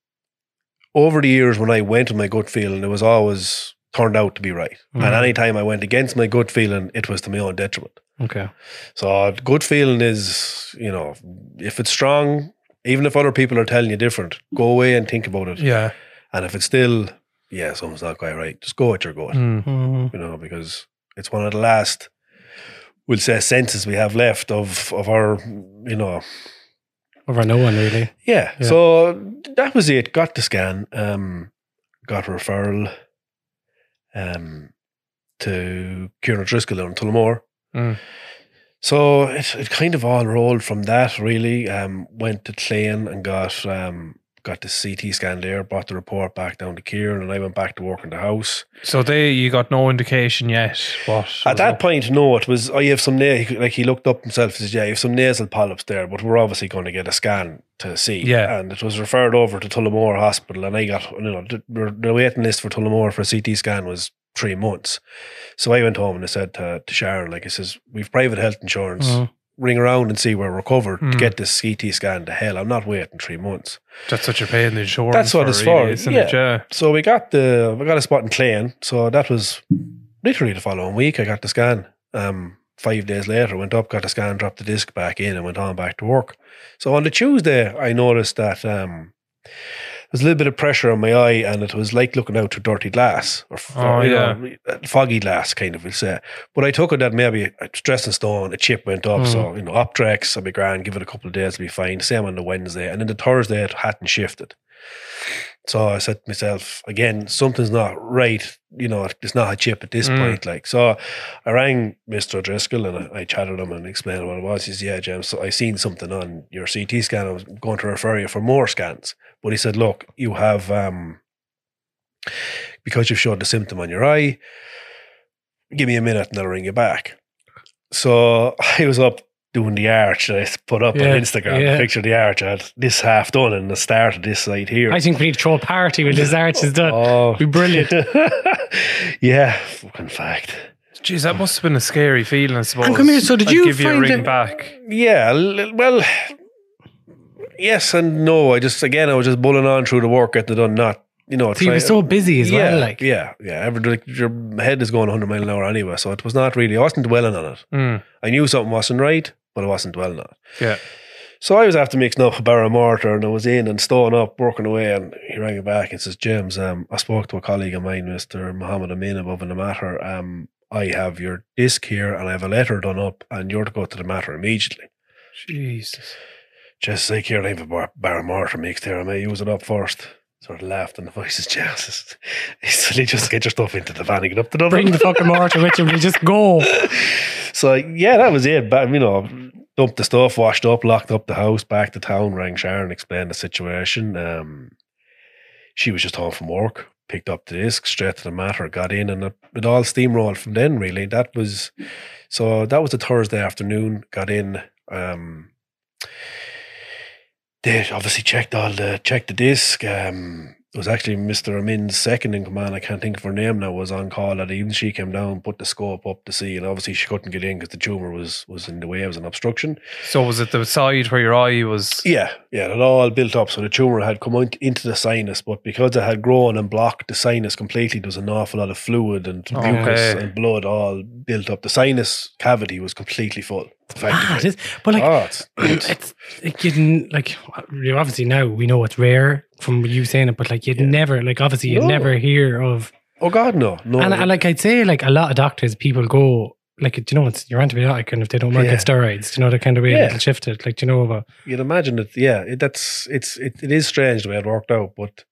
Speaker 4: over the years when I went with my gut feeling, it was always turned out to be right. And
Speaker 3: Mm-hmm.
Speaker 4: any time I went against my gut feeling, it was to my own detriment.
Speaker 3: Okay.
Speaker 4: So good feeling is, you know, if it's strong, even if other people are telling you different, go away and think about it.
Speaker 2: Yeah.
Speaker 4: And if it's still, yeah, something's not quite right, just go at your gut,
Speaker 2: Mm.
Speaker 3: Mm.
Speaker 4: you know, because it's one of the last, we'll say, senses we have left of, of our, you know,
Speaker 3: Over no one really.
Speaker 4: yeah.
Speaker 3: Yeah.
Speaker 4: So that was it. Got the scan. Um, got a referral um, to Kieran O'Driscoll in Tullamore.
Speaker 2: Mm.
Speaker 4: So it, it kind of all rolled from that, really. Um, went to Clane and got um, got the CT scan there, brought the report back down to Kieran, and I went back to work in the house.
Speaker 2: So they, you got no indication yet. What
Speaker 4: At that point, no, it was, I have some, na-, he- like he looked up himself and says, yeah, you have some nasal polyps there, but we're obviously going to get a scan to see.
Speaker 2: Yeah.
Speaker 4: And it was referred over to Tullamore Hospital and I got, you know, th- we're- the waiting list for Tullamore for a CT scan was three months. So I went home and I said to, to Sharon, like, I says, we've private health insurance.
Speaker 2: Mm.
Speaker 4: Ring around and see where we're covered to
Speaker 2: Mm.
Speaker 4: get this CT scan to hell. I'm not waiting three months.
Speaker 2: That's what you're paying the insurance.
Speaker 4: That's what
Speaker 2: for,
Speaker 4: it's for,
Speaker 2: really, isn't it? Yeah.
Speaker 4: So we got the we got a spot in Clane. So that was literally the following week. I got the scan. Um, five days later, went up, got the scan, dropped the disc back in, and went on back to work. So on the Tuesday, I noticed that um, there was a little bit of pressure on my eye, and it was like looking out through dirty glass or, f-
Speaker 2: Oh,
Speaker 4: you
Speaker 2: yeah.
Speaker 4: know, foggy glass, kind of. We'll say. But I took it that maybe a stressing stone, a chip went up.
Speaker 2: Mm.
Speaker 4: So you know, Optrex, I'll be grand. Give it a couple of days, it'll be fine. Same on the Wednesday, and then the Thursday, it hadn't shifted. So I said to myself, again, something's not right. You know, it's not a chip at this
Speaker 2: Mm.
Speaker 4: point. Like, so I rang Mr. O'Driscoll and I, I chatted him and explained what it was. He says, Yeah, James, I seen something on your CT scan. I was going to refer you for more scans. But he said, Look, you have, um, because you've showed the symptom on your eye, give me a minute and I'll ring you back. So I was up doing the arch that I put up
Speaker 3: Yeah,
Speaker 4: on Instagram,
Speaker 3: yeah.
Speaker 4: picture of the arch. I had this half done and the start of this side here.
Speaker 3: I think we need to throw a party when this arch is done.
Speaker 4: Oh,
Speaker 3: Be brilliant.
Speaker 4: yeah, fucking fact.
Speaker 2: Jeez, that must have been a scary feeling, I suppose.
Speaker 3: come here, so did
Speaker 2: I'd
Speaker 3: you
Speaker 2: give you a
Speaker 3: find
Speaker 2: ring
Speaker 3: it-
Speaker 2: back?
Speaker 4: Yeah, l- well, yes and no. I just again, I was just bulling on through the work, getting it done. Not you know,
Speaker 3: So you were
Speaker 4: trying-
Speaker 3: so busy as
Speaker 4: yeah,
Speaker 3: well. Like
Speaker 4: yeah, yeah. Every like, your head is going 100 mile an hour anyway, so it was not really. I wasn't dwelling on it.
Speaker 2: Mm,
Speaker 4: I knew something wasn't right, but I wasn't dwelling on it.
Speaker 2: yeah.
Speaker 4: So I was after mixing up a barrel of mortar and I was in and stowing up, working away. And he rang me back and says, James, um, I spoke to a colleague of mine, Mr. Mohammed Amin, above in the matter. Um, I have your disc here and I have a letter done up and you're to go to the matter immediately.
Speaker 2: Jesus.
Speaker 4: Just like here, I have a bar- barrel of mortar mixed here. I may use it up first. Sort of laughed and the voice is Jesus. It's really just get your stuff into the van and get up to Dublin.
Speaker 3: bring the fucking mortar with you. We just go.
Speaker 4: So yeah, that was it. But you know, dumped the stuff, washed up, locked up the house, back to town, rang Sharon, explained the situation. Um, she was just home from work, picked up the disc, straight to the matter, got in, and it, it all steamrolled from then. Really, that was so. That was a Thursday afternoon. Got in. Um, they obviously checked all the checked the disc. Um, it was actually Mr. Amin's second in command. I can't think of her name now. Was on call that evening. She came down, put the scope up to see, and obviously she couldn't get in because the tumor was was in the way. It was an obstruction.
Speaker 2: So was it the side where your eye was?
Speaker 4: Yeah, yeah, it all built up. So the tumor had come out into the sinus, but because it had grown and blocked the sinus completely, there was an awful lot of fluid and
Speaker 2: Okay.
Speaker 4: mucus and blood all built up. The sinus cavity was completely full.
Speaker 3: Ah,
Speaker 4: effectively.
Speaker 3: this, but like
Speaker 4: Oh, it's-
Speaker 3: it's like you didn't like you obviously now we know it's rare from you saying it, but like you'd never like obviously you'd
Speaker 4: No.
Speaker 3: never hear of
Speaker 4: oh God, no, no.
Speaker 3: and, and like I'd say like a lot of doctors people go like do you know it's your antibiotic and if they don't work
Speaker 4: Yeah.
Speaker 3: it's steroids, do you know the kind of way
Speaker 4: Yeah.
Speaker 3: it'll shift it. Like do you know about
Speaker 4: you'd imagine it. Yeah, it, that's it's it, it is strange the way it worked out, but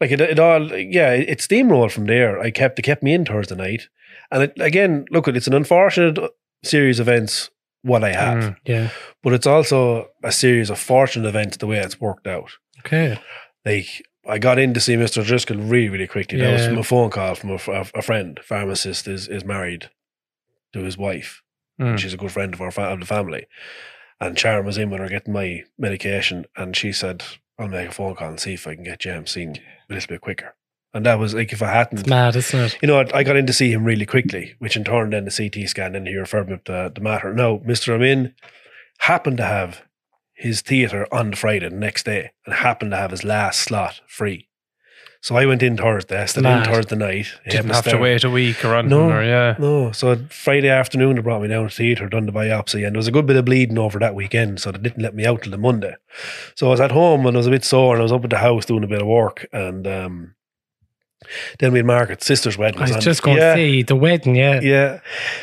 Speaker 4: like it, it all yeah, it, it steamrolled from there. I kept they kept me in Thursday night, and it, again, look, it's an unfortunate uh, series of events what I have,
Speaker 2: Mm.
Speaker 3: yeah.
Speaker 4: but it's also a series of fortunate events the way it's worked out.
Speaker 3: Okay.
Speaker 4: Like. I got in to see Mr. Driscoll really, really quickly. That was
Speaker 3: Yeah.
Speaker 4: from a phone call from a, f- a- a friend. Pharmacist is, is married to his wife
Speaker 2: Mm.
Speaker 4: she's a good friend of our fa- of the family. And Sharon was in with her getting my medication, and she said, "I'll make a phone call and see if I can get James seen a little bit quicker." And that was like if I hadn't,
Speaker 3: It's mad, isn't it?
Speaker 4: you know, I, I got in to see him really quickly, which in turn then the CT scan and he referred me up to the matter. Now, Mister Amin happened to have his theatre on the Friday the next day and happened to have his last slot free. So I went in Thursday, I stayed
Speaker 3: Mad.
Speaker 4: in Thursday night.
Speaker 2: Didn't
Speaker 4: Yeah,
Speaker 2: have to
Speaker 4: start-
Speaker 2: wait a week or anything.
Speaker 4: No,
Speaker 2: or, yeah.
Speaker 4: no. So Friday afternoon, they brought me down to theatre, done the biopsy, and there was a good bit of bleeding over that weekend, so they didn't let me out till the Monday. So I was at home and I was a bit sore, and I was up at the house doing a bit of work, and um, then we had Margaret's sister's wedding.
Speaker 3: I was
Speaker 4: on.
Speaker 3: just going to
Speaker 4: yeah,
Speaker 3: say the wedding, yeah. Yeah.
Speaker 4: yeah.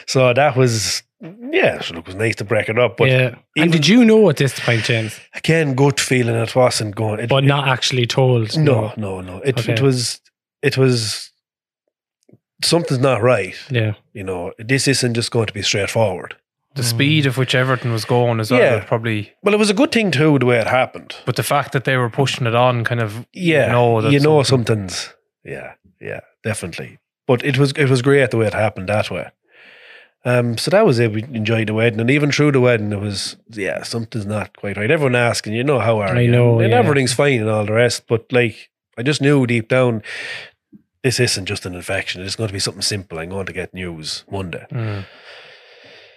Speaker 4: So that was yeah. So it was nice to break it up, but even-
Speaker 3: and did you know at this point, James?
Speaker 4: again, gut feeling it wasn't going. It,
Speaker 3: But not actually told.
Speaker 4: no, no, no. It
Speaker 3: Okay.
Speaker 4: it was it was something's not right.
Speaker 3: Yeah.
Speaker 4: You know, this isn't just going to be straightforward.
Speaker 2: The speed of which everything was going as well
Speaker 4: Mm. Yeah.
Speaker 2: would probably.
Speaker 4: Well, it was a good thing too, the way it happened.
Speaker 2: But the fact that they were pushing it on, kind of,
Speaker 4: Yeah,
Speaker 2: know that
Speaker 4: you know
Speaker 2: something-
Speaker 4: something's. Yeah, yeah, definitely. But it was it was great the way it happened that way. Um, so that was it. We enjoyed the wedding, and even through the wedding, it was yeah, something's not quite right. Everyone asking, you know, how are
Speaker 3: I
Speaker 4: you?
Speaker 3: know,
Speaker 4: and
Speaker 3: yeah.
Speaker 4: everything's fine and all the rest. But like, I just knew deep down, this isn't just an infection. It's going to be something simple. I'm going to get news Monday.
Speaker 2: Mm.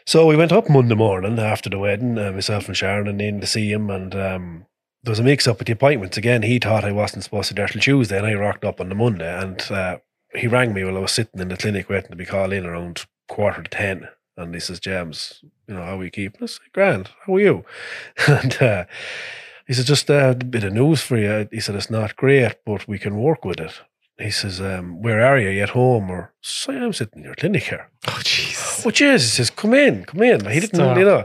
Speaker 4: So we went up Monday morning after the wedding, uh, myself and Sharon and in to see him, and um, there was a mix up with the appointments. Again, he thought I wasn't supposed to be there till Tuesday, and I rocked up on the Monday, and uh, he rang me while I was sitting in the clinic waiting to be called in around quarter to ten, and he says, "James, you know how are you keeping?" I said, "Grand, how are you?" and uh, he said, "Just uh, a bit of news for you." He said, "It's not great, but we can work with it." He says, um, "Where are you? Are you at home?" Or "Say, I'm sitting in your clinic here."
Speaker 3: Oh, Jesus.
Speaker 4: Oh, Jesus, says, come in, come in. He didn't,
Speaker 3: Stop.
Speaker 4: you know.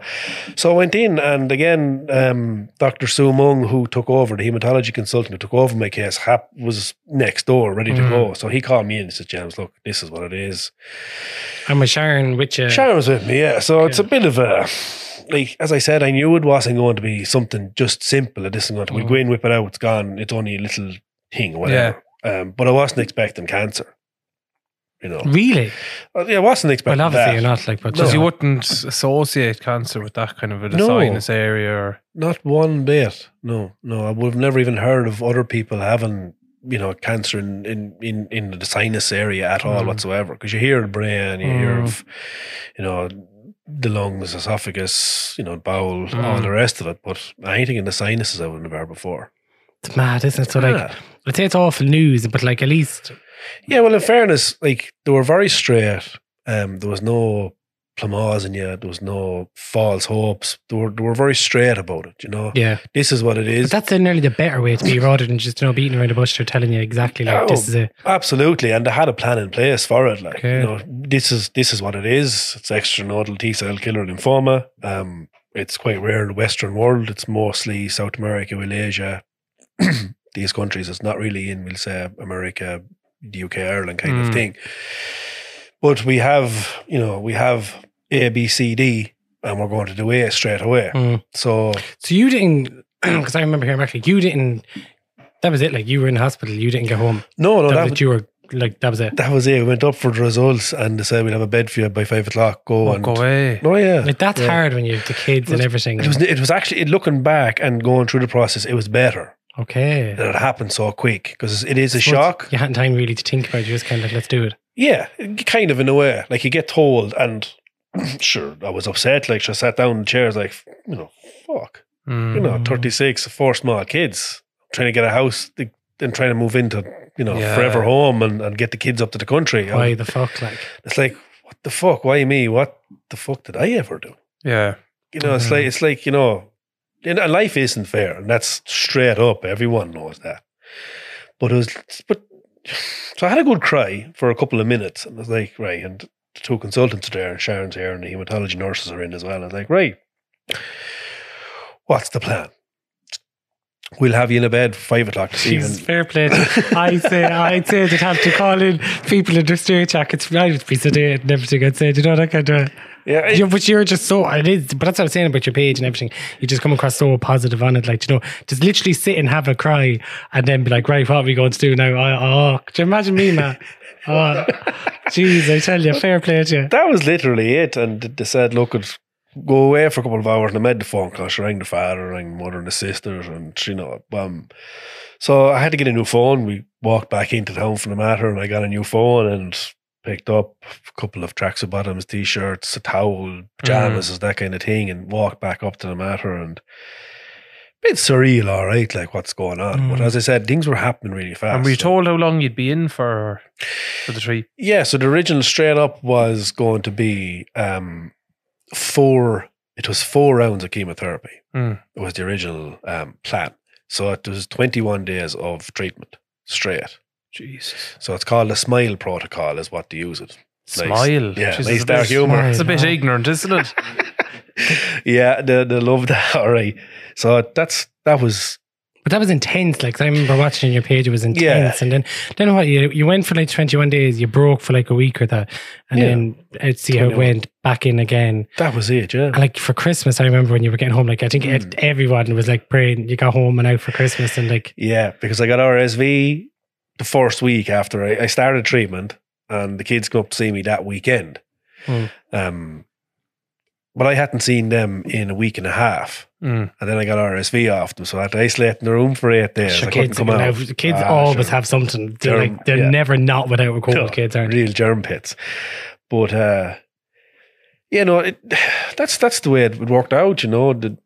Speaker 4: So I went in, and again, um, Dr. Sue Mung, who took over, the hematology consultant who took over my case, hap, was next door, ready to
Speaker 2: Mhm.
Speaker 4: go. So he called me in and said, James, look, this is what it is.
Speaker 3: I'm with Sharon with you.
Speaker 4: Sharon was with me, yeah. So it's a bit of a, like, as I said, I knew it wasn't going to be something just simple. It isn't going to be,
Speaker 3: Mhm.
Speaker 4: go in, whip it out, it's gone. It's only a little thing, whatever. Um, but I wasn't expecting cancer. You know,
Speaker 3: Really?
Speaker 4: Uh, yeah, I wasn't expecting
Speaker 3: Well, obviously
Speaker 4: that.
Speaker 3: you're not like, but
Speaker 2: Because
Speaker 3: yeah.
Speaker 2: you wouldn't associate cancer with that kind of a
Speaker 4: No.
Speaker 2: sinus area. Or,
Speaker 4: Not one bit. No, no. I would have never even heard of other people having, you know, cancer in in in, in the sinus area at all
Speaker 2: Mm.
Speaker 4: whatsoever. Because you hear the brain, you hear
Speaker 2: Mm.
Speaker 4: of, you know, the lungs, esophagus, you know, bowel, all
Speaker 2: Mm.
Speaker 4: the rest of it. But anything in the sinuses, I wouldn't have heard before.
Speaker 3: It's mad, isn't it? So, like,
Speaker 4: yeah.
Speaker 3: I'd say it's awful news, but like at least
Speaker 4: yeah. Well, in
Speaker 3: eh,
Speaker 4: fairness, like they were very straight. Um, there was no plamage in you. There was no false hopes. They were they were very straight about it. You know,
Speaker 3: yeah,
Speaker 4: this is what it
Speaker 3: but
Speaker 4: is.
Speaker 3: that's uh, nearly the better way to be rather than just you know beating around the bush or telling you exactly like
Speaker 4: Oh.
Speaker 3: this is it.
Speaker 4: Absolutely, and they had a plan in place for it. Like
Speaker 2: Okay.
Speaker 4: you know, this is this is what it is. It's extranodal T cell killer lymphoma. Um, it's quite rare in the Western world. It's mostly South America, well, Asia, these countries. It's not really in, we'll say, America, the UK, Ireland kind
Speaker 2: Mm.
Speaker 4: of thing. But we have, you know, we have A, B, C, D, and we're going to do A straight away.
Speaker 2: Hmm.
Speaker 3: Mm.
Speaker 4: So
Speaker 3: So you didn't, because I remember hearing actually you didn't. That was it. Like you were in hospital, you didn't get home.
Speaker 4: no, no,
Speaker 3: that,
Speaker 4: that,
Speaker 3: was it. You were like that was it.
Speaker 4: that was it. We went up for the results, and they said we'll have a bed for you by five o'clock. Go
Speaker 2: oh,
Speaker 4: and
Speaker 2: go away.
Speaker 4: Oh yeah,
Speaker 3: Like that's
Speaker 4: Yeah.
Speaker 3: hard when you have the kids and everything.
Speaker 4: It was it was actually it, looking back and going through the process, it was better
Speaker 3: okay.
Speaker 4: that it happened so quick because it is a
Speaker 3: Once
Speaker 4: shock.
Speaker 3: You hadn't time really to think about it. You just kind of like, let's do it.
Speaker 4: Yeah, kind of in a way. Like you get told, and sure, I was upset. Like she sat down in the chairs, like you know, fuck,
Speaker 2: Mm.
Speaker 4: you know, thirty six, four small kids trying to get a house th- and trying to move into you know
Speaker 2: Yeah.
Speaker 4: forever home and, and get the kids up to the country. And
Speaker 3: Why the fuck? Like,
Speaker 4: It's like what the fuck? Why me? What the fuck did I ever do?
Speaker 2: Yeah.
Speaker 4: You know, it's
Speaker 2: Mhm.
Speaker 4: like it's like you know, you know, life isn't fair, and that's straight up. Everyone knows that. But it was, but so I had a good cry for a couple of minutes, and I was like, right, and the two consultants are there, and Sharon's here, and the hematology nurses are in as well. I was like, right, what's the plan? We'll have you in a bed for five o'clock this
Speaker 3: Jesus,
Speaker 4: evening.
Speaker 3: fair play. I say, I say they'd have to call in people in their steel jackets. I would be sedated and everything. I'd say, do you know that kind of.
Speaker 4: Yeah,
Speaker 3: Yeah, but you're just so it is. But that's what I'm saying about your page and everything. You just come across so positive on it, like you know, just literally sit and have a cry, and then be like, right, what are we going to do now? I, oh, could you imagine me, man? Oh, jeez, I tell you, fair play to you.
Speaker 4: that was literally it. And they said, look, it's- go away for a couple of hours. And I made the phone call. She rang the father, rang the mother and the sisters. And, you know, um, so I had to get a new phone. We walked back into town for the matter and I got a new phone and picked up a couple of tracksuit bottoms, t-shirts, a towel, pajamas, that kind of thing and walked back up to the matter and bit surreal, all right, like what's going on. But as I said, things were happening really fast.
Speaker 2: And were you
Speaker 4: Like,
Speaker 2: told how long you'd be in for for the tree?
Speaker 4: Yeah, so the original straight up was going to be um, four. It was four rounds of chemotherapy.
Speaker 2: Mm.
Speaker 4: It was the original um, plan. So it was twenty-one days of treatment straight.
Speaker 2: Jesus.
Speaker 4: So it's called the smile protocol, is what they use it. Nice.
Speaker 2: Smile.
Speaker 4: Yeah,
Speaker 2: Jeez,
Speaker 4: nice
Speaker 2: it's a
Speaker 4: dark
Speaker 2: bit-
Speaker 4: humor.
Speaker 2: It's a bit ignorant, isn't it?
Speaker 4: yeah, they, they love that. All right. So that's that was
Speaker 3: But that was intense. Like 'cause I remember watching your page, it was intense.
Speaker 4: Yeah.
Speaker 3: And then, then what? You you went for like twenty one days. You broke for like a week or that, and
Speaker 4: Yeah.
Speaker 3: then I'd see how it
Speaker 4: 21.
Speaker 3: went back in again.
Speaker 4: that was it. Yeah.
Speaker 3: And like for Christmas, I remember when you were getting home. Like I think
Speaker 4: Hmm.
Speaker 3: it- everyone was like praying. You got home and out for Christmas, and like
Speaker 4: Yeah, because I got RSV the first week after I, I started treatment, and the kids come up to see me that weekend.
Speaker 2: Hmm.
Speaker 4: Um, but I hadn't seen them in a week and a half,
Speaker 2: Mm.
Speaker 4: and then I got RSV off them, so I had to isolate in the room for eight days.
Speaker 3: sure,
Speaker 4: I couldn't
Speaker 3: kids,
Speaker 4: come
Speaker 3: you know,
Speaker 4: out.
Speaker 3: kids
Speaker 4: Ah,
Speaker 3: always
Speaker 4: sure.
Speaker 3: have something. They're
Speaker 4: Germ-
Speaker 3: like they're
Speaker 4: yeah.
Speaker 3: never not without a cold. Kids aren't.
Speaker 4: real germ pits. But uh, you know, it, that's that's the way it worked out. You know, the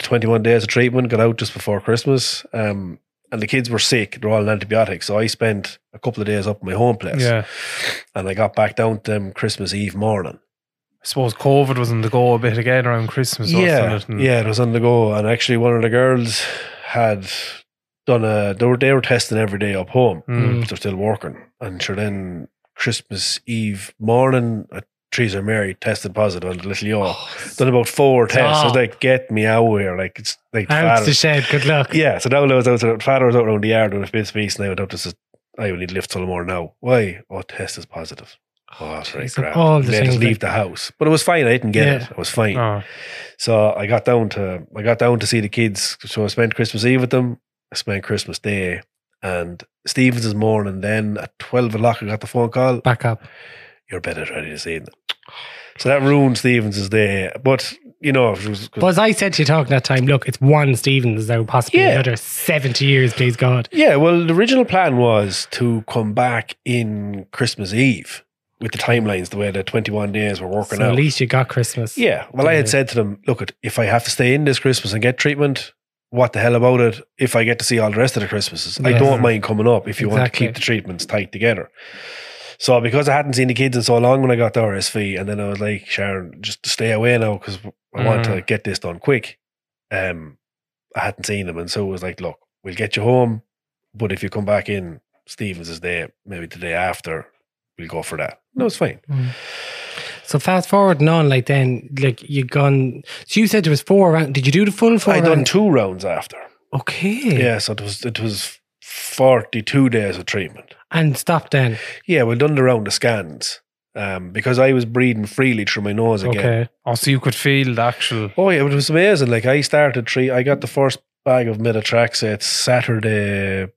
Speaker 4: twenty-one days of treatment got out just before Christmas, um, and the kids were sick. They're all on antibiotics, so I spent a couple of days up at my home place,
Speaker 2: Yeah.
Speaker 4: and I got back down to them Christmas Eve morning.
Speaker 2: I suppose COVID was on the go a bit again around Christmas, wasn't
Speaker 4: yeah,
Speaker 2: it? And-
Speaker 4: yeah, it was on the go, and actually, one of the girls had done a. They were they were testing every day up home.
Speaker 2: Mm.
Speaker 4: they're still working. And sure, then Christmas Eve morning, uh, Teresa Mary tested positive on the little yaw. Done about four tests. I was
Speaker 3: Oh.
Speaker 4: like, get me out of here. Like, it's like,
Speaker 3: Out
Speaker 4: father-
Speaker 3: the shed. Good luck.
Speaker 4: yeah. So now I was out, so father was out around the yard with a bit of space, and I went up to say, I will need to lift till more now. Why? Oh, test is positive. Oh, that's right.
Speaker 3: geez, of
Speaker 4: Crap.
Speaker 3: all the
Speaker 4: Let us
Speaker 3: things
Speaker 4: leave
Speaker 3: like-
Speaker 4: the house. But it was fine. I didn't get
Speaker 3: Yeah.
Speaker 4: it. It was fine.
Speaker 2: Oh,
Speaker 4: So I got down to I got down to see the kids. So I spent Christmas Eve with them. I spent Christmas Day and Stevens's morning. Then at twelve o'clock, I got the phone call.
Speaker 3: Back up.
Speaker 4: Your bed is ready this evening. So that ruined Stevens's day. But you know, it was,
Speaker 3: But as I said to you talking that time, look, it's one Stevens now, possibly
Speaker 4: Yeah.
Speaker 3: another seventy years, please God.
Speaker 4: yeah. Well, the original plan was to come back in Christmas Eve with the timelines, the way the twenty-one days were working
Speaker 3: So
Speaker 4: out.
Speaker 3: at least you got Christmas.
Speaker 4: Yeah. Well, I had said to them, look, it- if I have to stay in this Christmas and get treatment, what the hell about it if I get to see all the rest of the Christmases? I
Speaker 3: Yeah.
Speaker 4: don't mind coming up if you want to
Speaker 3: Exactly.
Speaker 4: keep the treatments tight together. So, because I hadn't seen the kids in so long when I got the RSV, and then I was like, Sharon, just stay away now because I want
Speaker 3: Mm.
Speaker 4: to get this done quick. Um, I hadn't seen them. And so it was like, look, we'll get you home. But if you come back in, Stevens is there, maybe the day after, we'll go for that. No, it's fine.
Speaker 3: So fast forward and on, like then, like you gone. So you said there was four rounds. Did you do the full four?
Speaker 4: I done
Speaker 3: rounds?
Speaker 4: two rounds after.
Speaker 3: Okay.
Speaker 4: Yeah, so it was it was forty two days of treatment.
Speaker 3: And stop then.
Speaker 4: Yeah, we done the round of scans um, because I was breathing freely through my nose again.
Speaker 3: Okay.
Speaker 2: Oh, so you could feel the actual.
Speaker 4: Oh yeah, it was amazing. Like I started three. I got the first bag of methotrexate Saturday,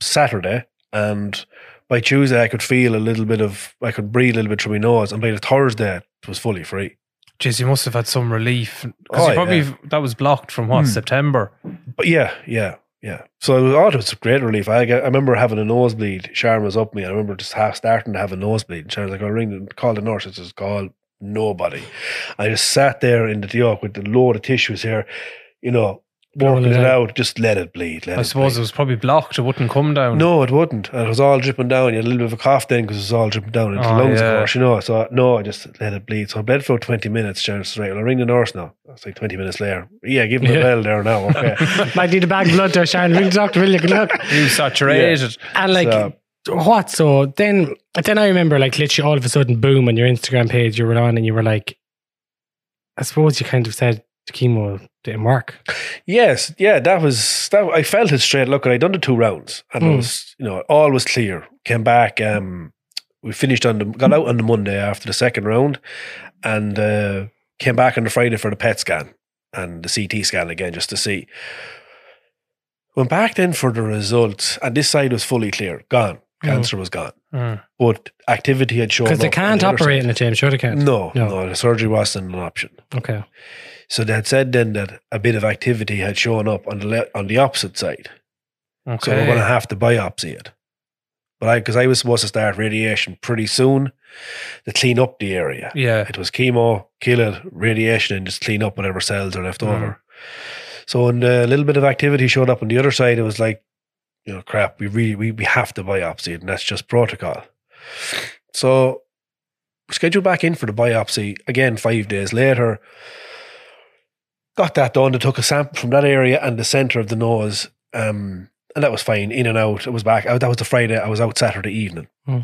Speaker 4: Saturday, and by Tuesday I could feel a little bit of I could breathe a little bit through my nose, and by the Thursday it was fully free.
Speaker 2: Jeez, you must have had some relief because
Speaker 4: Oh,
Speaker 2: you probably
Speaker 4: yeah.
Speaker 2: that was blocked from what September.
Speaker 4: But yeah, yeah, yeah. So it was, oh, it was a great relief. I, got- I remember having a nosebleed. Sharon was up me. I remember just half starting to have a noseblead. And Sharon was like, I'll ring, the- call the nurse. I just call nobody. I just sat there in the dark with the load of tissues here, you know,
Speaker 3: Blowing
Speaker 4: working
Speaker 3: it
Speaker 4: it
Speaker 3: out.
Speaker 4: out. Just let it bleed. Let
Speaker 2: I
Speaker 4: it
Speaker 2: suppose it
Speaker 4: bleed.
Speaker 2: was probably blocked. It wouldn't come down.
Speaker 4: No, it wouldn't. And it was all dripping down. You had a little bit of a cough then because it was all dripping down into the
Speaker 2: Oh,
Speaker 4: lungs,
Speaker 2: yeah.
Speaker 4: of course, you know. So, no, I just let it bleed. So I bled for 20 minutes. Sharon says, right, well, I'll ring the nurse now. I was like, 20 minutes later. Yeah, give me
Speaker 3: Yeah.
Speaker 4: a bell there now. Okay.
Speaker 3: Might need a bag of blood there, Sharon. Ring the doctor, will you? Good luck.
Speaker 2: you saturated.
Speaker 3: And like,
Speaker 4: So-
Speaker 3: what? So then, then I remember, like, literally all of a sudden, boom, on your Instagram page, you were on and you were like, I suppose you kind of said the chemo didn't work.
Speaker 4: Yes, yeah, that was that. I felt it straight. Look, I'd done the two rounds, and
Speaker 3: Mm.
Speaker 4: it was you know all was clear. Came back. Um, we finished on the got out on the Monday after the second round, and uh, came back on the Friday for the PET scan and the CT scan again just to see. Went back then for the results, and this side was fully clear, gone. Cancer was gone,
Speaker 2: Mm.
Speaker 4: but activity had shown
Speaker 3: Hmm. Because they
Speaker 4: up on
Speaker 3: can't
Speaker 4: the other
Speaker 3: operate in
Speaker 4: side.
Speaker 3: the gym, sure they can.
Speaker 4: No,
Speaker 3: No.
Speaker 4: no, the surgery wasn't an option.
Speaker 3: Okay.
Speaker 4: So they had said then that a bit of activity had shown up on the le- on the opposite side.
Speaker 2: Okay.
Speaker 4: So we're going to have to biopsy it. But I, because I was supposed to start radiation pretty soon to clean up the area.
Speaker 2: yeah.
Speaker 4: It was chemo, kill it, radiation, and just clean up whatever cells are left
Speaker 2: Mm.
Speaker 4: over. So when a little bit of activity showed up on the other side, it was like, you know, crap, we really we, we have to biopsy it, and that's just protocol. So scheduled back in for the biopsy again five days later. Got that done. They took a sample from that area and the center of the nose. Um, and that was fine, in and out. It was back. I- that was the Friday. I was out Saturday evening.
Speaker 3: Hmm.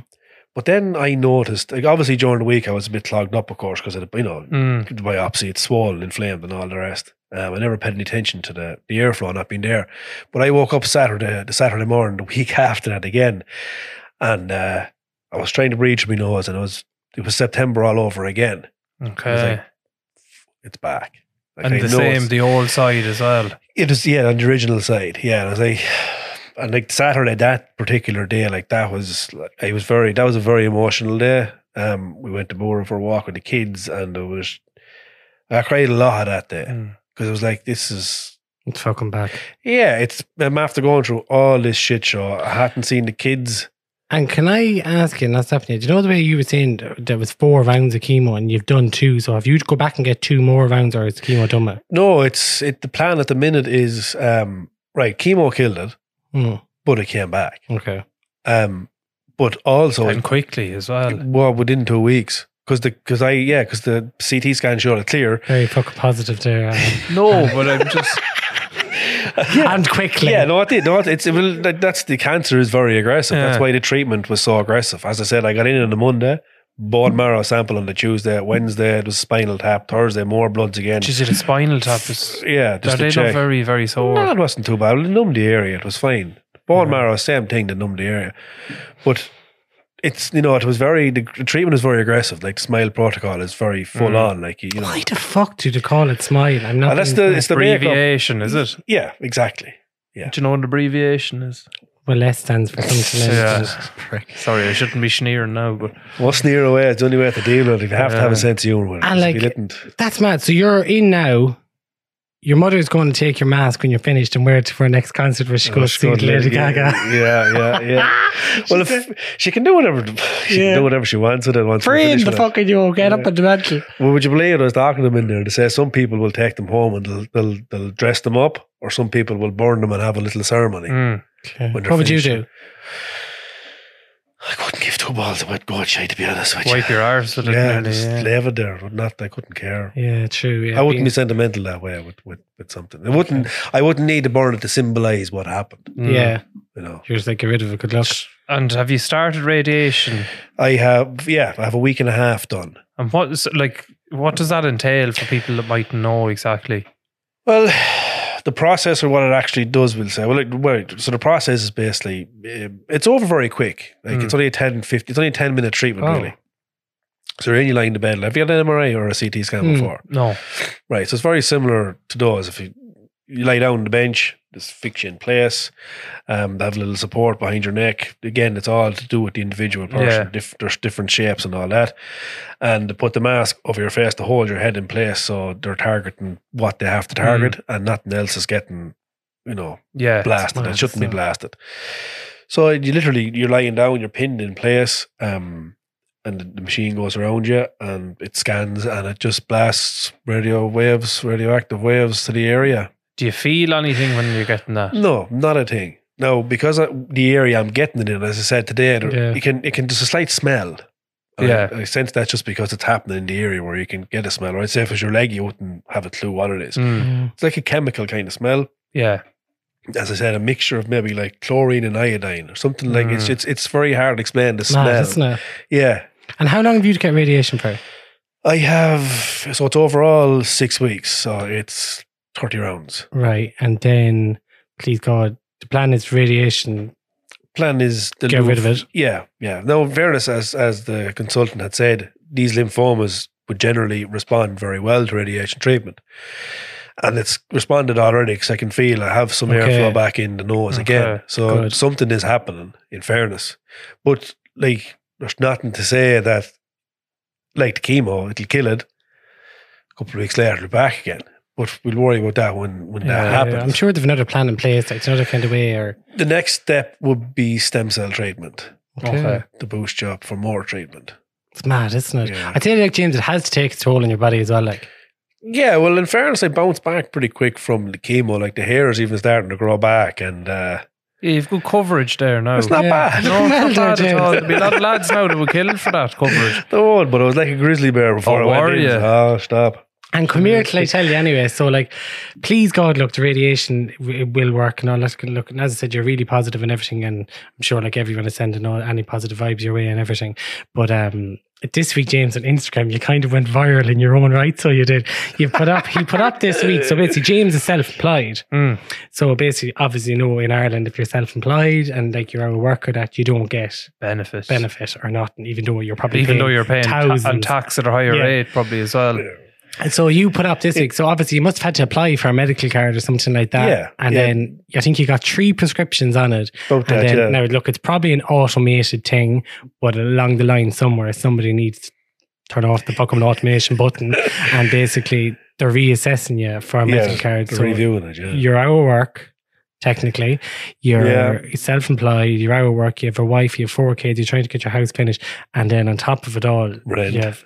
Speaker 4: But then I noticed, like obviously during the week, I was a bit clogged up, of course, because you know
Speaker 2: Mm.
Speaker 4: the biopsy, it's swollen, inflamed, and all the rest. Um, I never paid any attention to the, the airflow not being there. But I woke up Saturday, the Saturday morning, the week after that again, and uh, I was trying to breathe through my nose, and it was it was September all over again.
Speaker 2: Okay.
Speaker 4: It's back. Like, I
Speaker 2: Uh. and the
Speaker 4: know
Speaker 2: same,
Speaker 4: it's-
Speaker 2: the old side as well.
Speaker 4: it was yeah on the original side yeah and I was like and like Saturday that particular day like that was like I was very that was a very emotional day um we went to Bora for a walk with the kids and it was I cried a lot that day
Speaker 2: Mm.
Speaker 4: because it was like this is
Speaker 3: It's fucking bad.
Speaker 4: yeah it's um, after going through all this shit show I hadn't seen the kids
Speaker 3: And can I ask you, and that's happening, do you know the way you were saying th- there was four rounds of chemo and you've done two, so if you go back and get two more rounds or is chemo done with?
Speaker 4: no it's it the plan at the minute is um right chemo killed it
Speaker 3: Mm,
Speaker 4: but it came back
Speaker 3: okay.
Speaker 4: um but also
Speaker 2: and quickly as well.
Speaker 4: Well, within two weeks, because the because I yeah because the CT scan showed it clear.
Speaker 3: Very fucking positive there. Alan.
Speaker 2: No, but I'm just
Speaker 3: And quickly.
Speaker 4: Yeah, no, it did. No, it- it's it will, like, that's the cancer is very aggressive. That's
Speaker 2: Yeah.
Speaker 4: why the treatment was so aggressive. As I said, I got in on the Monday, bone marrow sample on the Tuesday, Wednesday it was spinal tap, Thursday more bloods again.
Speaker 2: just did a spinal tap. Is,
Speaker 4: yeah,
Speaker 2: are
Speaker 4: just
Speaker 2: they
Speaker 4: to check.
Speaker 2: not very very sore?
Speaker 4: No, it wasn't too bad. It numbed the area. It was fine. Bone marrow, same thing. That numbed the area, but it's you know it was very the treatment is very aggressive. Like the smile protocol is very full on. Like you, you know.
Speaker 3: Why the fuck do they call it smile? I'm not.
Speaker 4: And that's the it's the makeup.
Speaker 2: abbreviation is it?
Speaker 4: Yeah, exactly. Yeah.
Speaker 2: Do you know what an abbreviation is?
Speaker 3: well, S stands for something else.
Speaker 2: Prick. Sorry, I shouldn't be sneering now, but
Speaker 4: Well, sneer away is the only way to deal with it. You have to have a sense of humor with it.
Speaker 3: And
Speaker 4: because
Speaker 3: like-
Speaker 4: if you didn't,
Speaker 3: That's mad. So you're in now. Your mother's going to take your mask when you're finished and wear it for her next concert where she
Speaker 4: Oh,
Speaker 3: goes
Speaker 4: she
Speaker 3: to see
Speaker 4: goes
Speaker 3: Lady
Speaker 4: yeah,
Speaker 3: Gaga.
Speaker 4: Yeah, yeah, yeah. well, if she can do whatever she
Speaker 3: Yeah.
Speaker 4: can do whatever she wants with it. Once we're
Speaker 3: Free in
Speaker 4: finished
Speaker 3: the
Speaker 4: with it.
Speaker 3: fucking you. Get up at the mantle.
Speaker 4: Well, would you believe it? I was talking to them in there. They say some people will take them home and they'll they'll, they'll dress them up, or some people will burn them and have a little ceremony.
Speaker 2: mm.
Speaker 4: When they're
Speaker 3: What would you
Speaker 4: finished.
Speaker 3: do?
Speaker 4: I couldn't give two balls about God shy to be honest with you.
Speaker 2: wipe your arse with it.
Speaker 4: yeah,
Speaker 2: nearly,
Speaker 4: just
Speaker 2: yeah.
Speaker 4: leave it there. Would Not, I couldn't care.
Speaker 3: Yeah, true. Yeah,
Speaker 4: I wouldn't
Speaker 3: being-
Speaker 4: be sentimental that way with, with, with something. I wouldn't. I wouldn't need the burner to symbolise what happened.
Speaker 2: Mm.
Speaker 3: Yeah,
Speaker 4: You know,
Speaker 3: you're just like get rid of it. Good luck.
Speaker 2: And have you started radiation?
Speaker 4: I have. Yeah, I have a week and a half done.
Speaker 2: And what is like what does that entail for people that might know exactly?
Speaker 4: Well, the process or what it actually does, we'll say. Well, it, well so the process is basically um, it's over very quick. Like
Speaker 2: Mm.
Speaker 4: it's only a 10, 50, It's only a ten minute treatment,
Speaker 3: Oh.
Speaker 4: really. So you're in your line to bed. Have you had an MRI or a CT scan
Speaker 3: Mm.
Speaker 4: before?
Speaker 2: No.
Speaker 4: Right. So it's very similar to those. If you, you lay down on the bench, just fix you in place. Um, they have a little support behind your neck. Again, it's all to do with the individual person.
Speaker 2: Yeah.
Speaker 4: Diff- there's different shapes and all that. And they put the mask over your face to hold your head in place. So they're targeting what they have to target and nothing else is getting, you know,
Speaker 2: Yeah.
Speaker 4: blasted. It
Speaker 3: mad,
Speaker 4: shouldn't be
Speaker 3: so-
Speaker 4: blasted. So you literally you're lying down, you're pinned in place, um, and the- the machine goes around you and it scans and it just blasts radio waves, radioactive waves to the area.
Speaker 2: Do you feel anything when you're getting that?
Speaker 4: No, not a thing. No, because I, the area I'm getting it in, as I said today, there,
Speaker 3: Yeah.
Speaker 4: it can it can just a slight smell. And
Speaker 2: Yeah.
Speaker 4: I, I sense that's just because it's happening in the area where you can get a smell. Or I'd say if it's your leg, you wouldn't have a clue what it is.
Speaker 2: Mm.
Speaker 4: It's like a chemical kind of smell
Speaker 2: Yeah.
Speaker 4: as I said, a mixture of maybe like chlorine and iodine or something like it's
Speaker 2: Mm.
Speaker 4: it's it's very hard to explain the smell.
Speaker 3: Hmm. Mad, isn't it?
Speaker 4: Yeah.
Speaker 3: And how long have you to get radiation for?
Speaker 4: I have so it's overall six weeks, so it's thirty rounds.
Speaker 3: Right, and then please God, the plan is radiation.
Speaker 4: Plan is the
Speaker 3: Get rid of it.
Speaker 4: Yeah, yeah. Now in fairness, as as the consultant had said, these lymphomas would generally respond very well to radiation treatment. And it's responded already because I can feel I have some
Speaker 3: Okay.
Speaker 4: airflow back in the nose again.
Speaker 2: Okay,
Speaker 4: So
Speaker 3: good.
Speaker 4: something is happening, in fairness. But like there's nothing to say that like the chemo, it'll kill it. A couple of weeks later it'll be back again. But we'll worry about that when, when that happens.
Speaker 3: I'm sure they've another plan in place. Like it's another kind of way, or
Speaker 4: The next step would be stem cell treatment.
Speaker 3: Okay. Okay.
Speaker 4: To boost you up for more treatment.
Speaker 3: it's mad, isn't it?
Speaker 4: Yeah.
Speaker 3: I tell you, like James, it has to take its toll on your body as well. Like
Speaker 4: Yeah, well, in fairness, I bounced back pretty quick from the chemo. Like the hair is even starting to grow back, and uh,
Speaker 2: Yeah, you've good coverage there now.
Speaker 4: it's not
Speaker 3: Yeah.
Speaker 4: bad.
Speaker 2: No, it's
Speaker 3: Well
Speaker 2: not bad
Speaker 3: done,
Speaker 2: at all.
Speaker 3: James.
Speaker 2: There'll be a lot of lads now that will kill for that coverage.
Speaker 4: The one, but it was like a grizzly bear before
Speaker 2: Oh,
Speaker 4: I
Speaker 2: were
Speaker 4: went in.
Speaker 2: you?
Speaker 4: Oh, stop!
Speaker 3: And come here till I tell you anyway. So like, please God, look, the radiation w- it will work and all that. Good Look, and as I said, you're really positive and everything, and I'm sure like everyone is sending all, any positive vibes your way and everything. But um, this week, James on Instagram, you kind of went viral in your own right. So you did. You put up, he put up this week. So basically, James is self-employed.
Speaker 2: Mm.
Speaker 3: So basically, obviously, you know in Ireland, if you're self-employed and like you're a worker, that you don't get
Speaker 2: Benefits.
Speaker 3: benefit or not, even though you're probably
Speaker 2: Even
Speaker 3: paying
Speaker 2: though you're paying ta-
Speaker 3: thousands.
Speaker 2: on tax at a higher
Speaker 3: Yeah.
Speaker 2: rate, probably as well.
Speaker 3: And so you put up this week. So obviously you must have had to apply for a medical card or something like that.
Speaker 4: Yeah,
Speaker 3: And
Speaker 4: yeah.
Speaker 3: then I think you got three prescriptions on it.
Speaker 4: About
Speaker 3: and
Speaker 4: that,
Speaker 3: then
Speaker 4: yeah.
Speaker 3: now look, it's probably an automated thing, but along the line somewhere somebody needs to turn off the fucking automation button and basically they're reassessing you for a medical card.
Speaker 4: they're
Speaker 3: So
Speaker 4: reviewing it. Yeah,
Speaker 3: you're out of work. Technically, you're
Speaker 4: Yeah.
Speaker 3: self-employed. You're out of work. You have a wife. You have four kids. You're trying to get your house finished, and then on top of it all,
Speaker 4: Rent.
Speaker 3: you have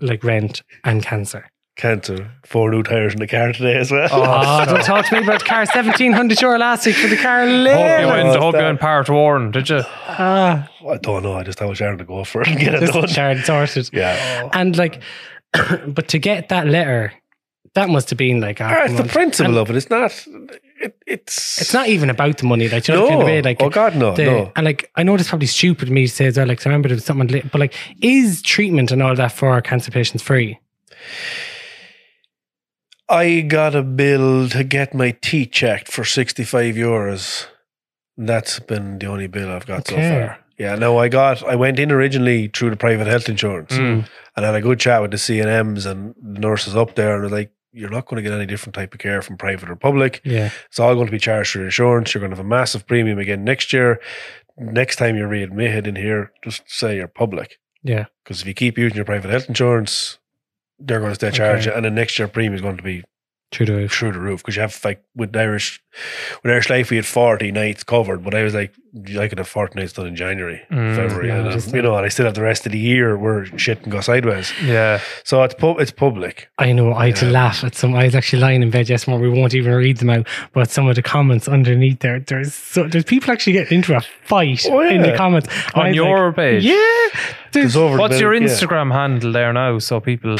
Speaker 3: like rent and cancer.
Speaker 4: cancer. Four new tires in the car today as well.
Speaker 3: Oh, don't talk to me about the car. 1700 euro last week for the car.
Speaker 4: Ah, Oh,
Speaker 2: You
Speaker 4: yeah.
Speaker 3: Later.
Speaker 2: went to Hope you
Speaker 4: that-
Speaker 2: went part Warren, did you?
Speaker 3: Ah,
Speaker 4: I don't know. I just thought I was trying to go for it and get it done.
Speaker 3: just Sharon Oh, sorted.
Speaker 4: Yeah.
Speaker 3: And like, but to get that letter, that must have been like, ah,
Speaker 4: Ah,
Speaker 3: come
Speaker 4: it's the
Speaker 3: on.
Speaker 4: principle of it. It's not. It, it's.
Speaker 3: It's not even about the money. Like, you know,
Speaker 4: No.
Speaker 3: the kind of way, like,
Speaker 4: Oh, God, no,
Speaker 3: the-
Speaker 4: no.
Speaker 3: And like, I know it's probably stupid of me to say as well, like, 'cause I remember there was something, li- but like, is treatment and all that for cancer patients free?
Speaker 4: I got a bill to get my teeth checked for 65 euros. That's been the only bill I've got
Speaker 3: Okay.
Speaker 4: so far. Yeah, no, I got, I went in originally through the private health insurance
Speaker 3: Hmm.
Speaker 4: and had a good chat with the CNMs and the nurses up there. And they're like, you're not going to get any different type of care from private or public.
Speaker 3: Yeah.
Speaker 4: It's all going to be charged through insurance. You're going to have a massive premium again next year. Next time you're readmitted in here, just say you're public.
Speaker 3: Yeah.
Speaker 4: Because if you keep using your private health insurance, they're going to still charge
Speaker 3: Okay.
Speaker 4: you. And the next year premium is going to be
Speaker 3: True to
Speaker 4: through the roof because you have like with Irish with Irish Life we had forty nights covered, but I was like I could have forty nights done in January,
Speaker 2: Mm,
Speaker 4: February,
Speaker 3: yeah,
Speaker 4: and,
Speaker 3: I
Speaker 4: um,
Speaker 3: just-
Speaker 4: you know, and I still have the rest of the year where shit can go sideways.
Speaker 2: Yeah.
Speaker 4: So it's pub it's public.
Speaker 3: I know. I had to
Speaker 4: Yeah.
Speaker 3: laugh at some. I was actually lying in bed yesterday. We won't even read them out, but some of the comments underneath there, there's so, there's people actually getting into a fight
Speaker 4: Oh,
Speaker 3: in the
Speaker 4: yeah.
Speaker 3: comments And I
Speaker 2: On
Speaker 3: was
Speaker 2: your
Speaker 3: like,
Speaker 2: page.
Speaker 3: Yeah, there's,
Speaker 4: It's over. the
Speaker 2: What's your
Speaker 4: milk, yeah.
Speaker 2: Instagram handle there now? So people,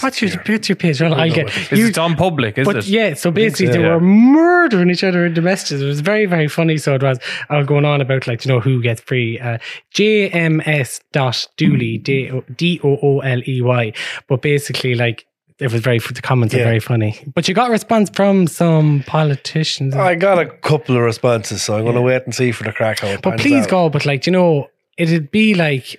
Speaker 3: what's your what's your page? Well, I get
Speaker 2: is
Speaker 3: you-
Speaker 2: it on public? Is
Speaker 3: but
Speaker 2: it?
Speaker 3: yeah, so basically
Speaker 2: so,
Speaker 3: they
Speaker 2: yeah.
Speaker 3: were murdering each other in the messages. It was very, very funny. So it was I was going on about like you know who gets free. Uh, JMS dot Dooley
Speaker 2: Mm.
Speaker 3: D O- D O O L E Y. But basically like it was very the comments are
Speaker 4: Yeah.
Speaker 3: very funny. But you got response from some politicians.
Speaker 2: Oh,
Speaker 4: I got a couple of responses, so I'm going to wait and see for the crack. How it
Speaker 3: but
Speaker 4: pans
Speaker 3: please
Speaker 4: out.
Speaker 3: go. But like you know, it'd be like.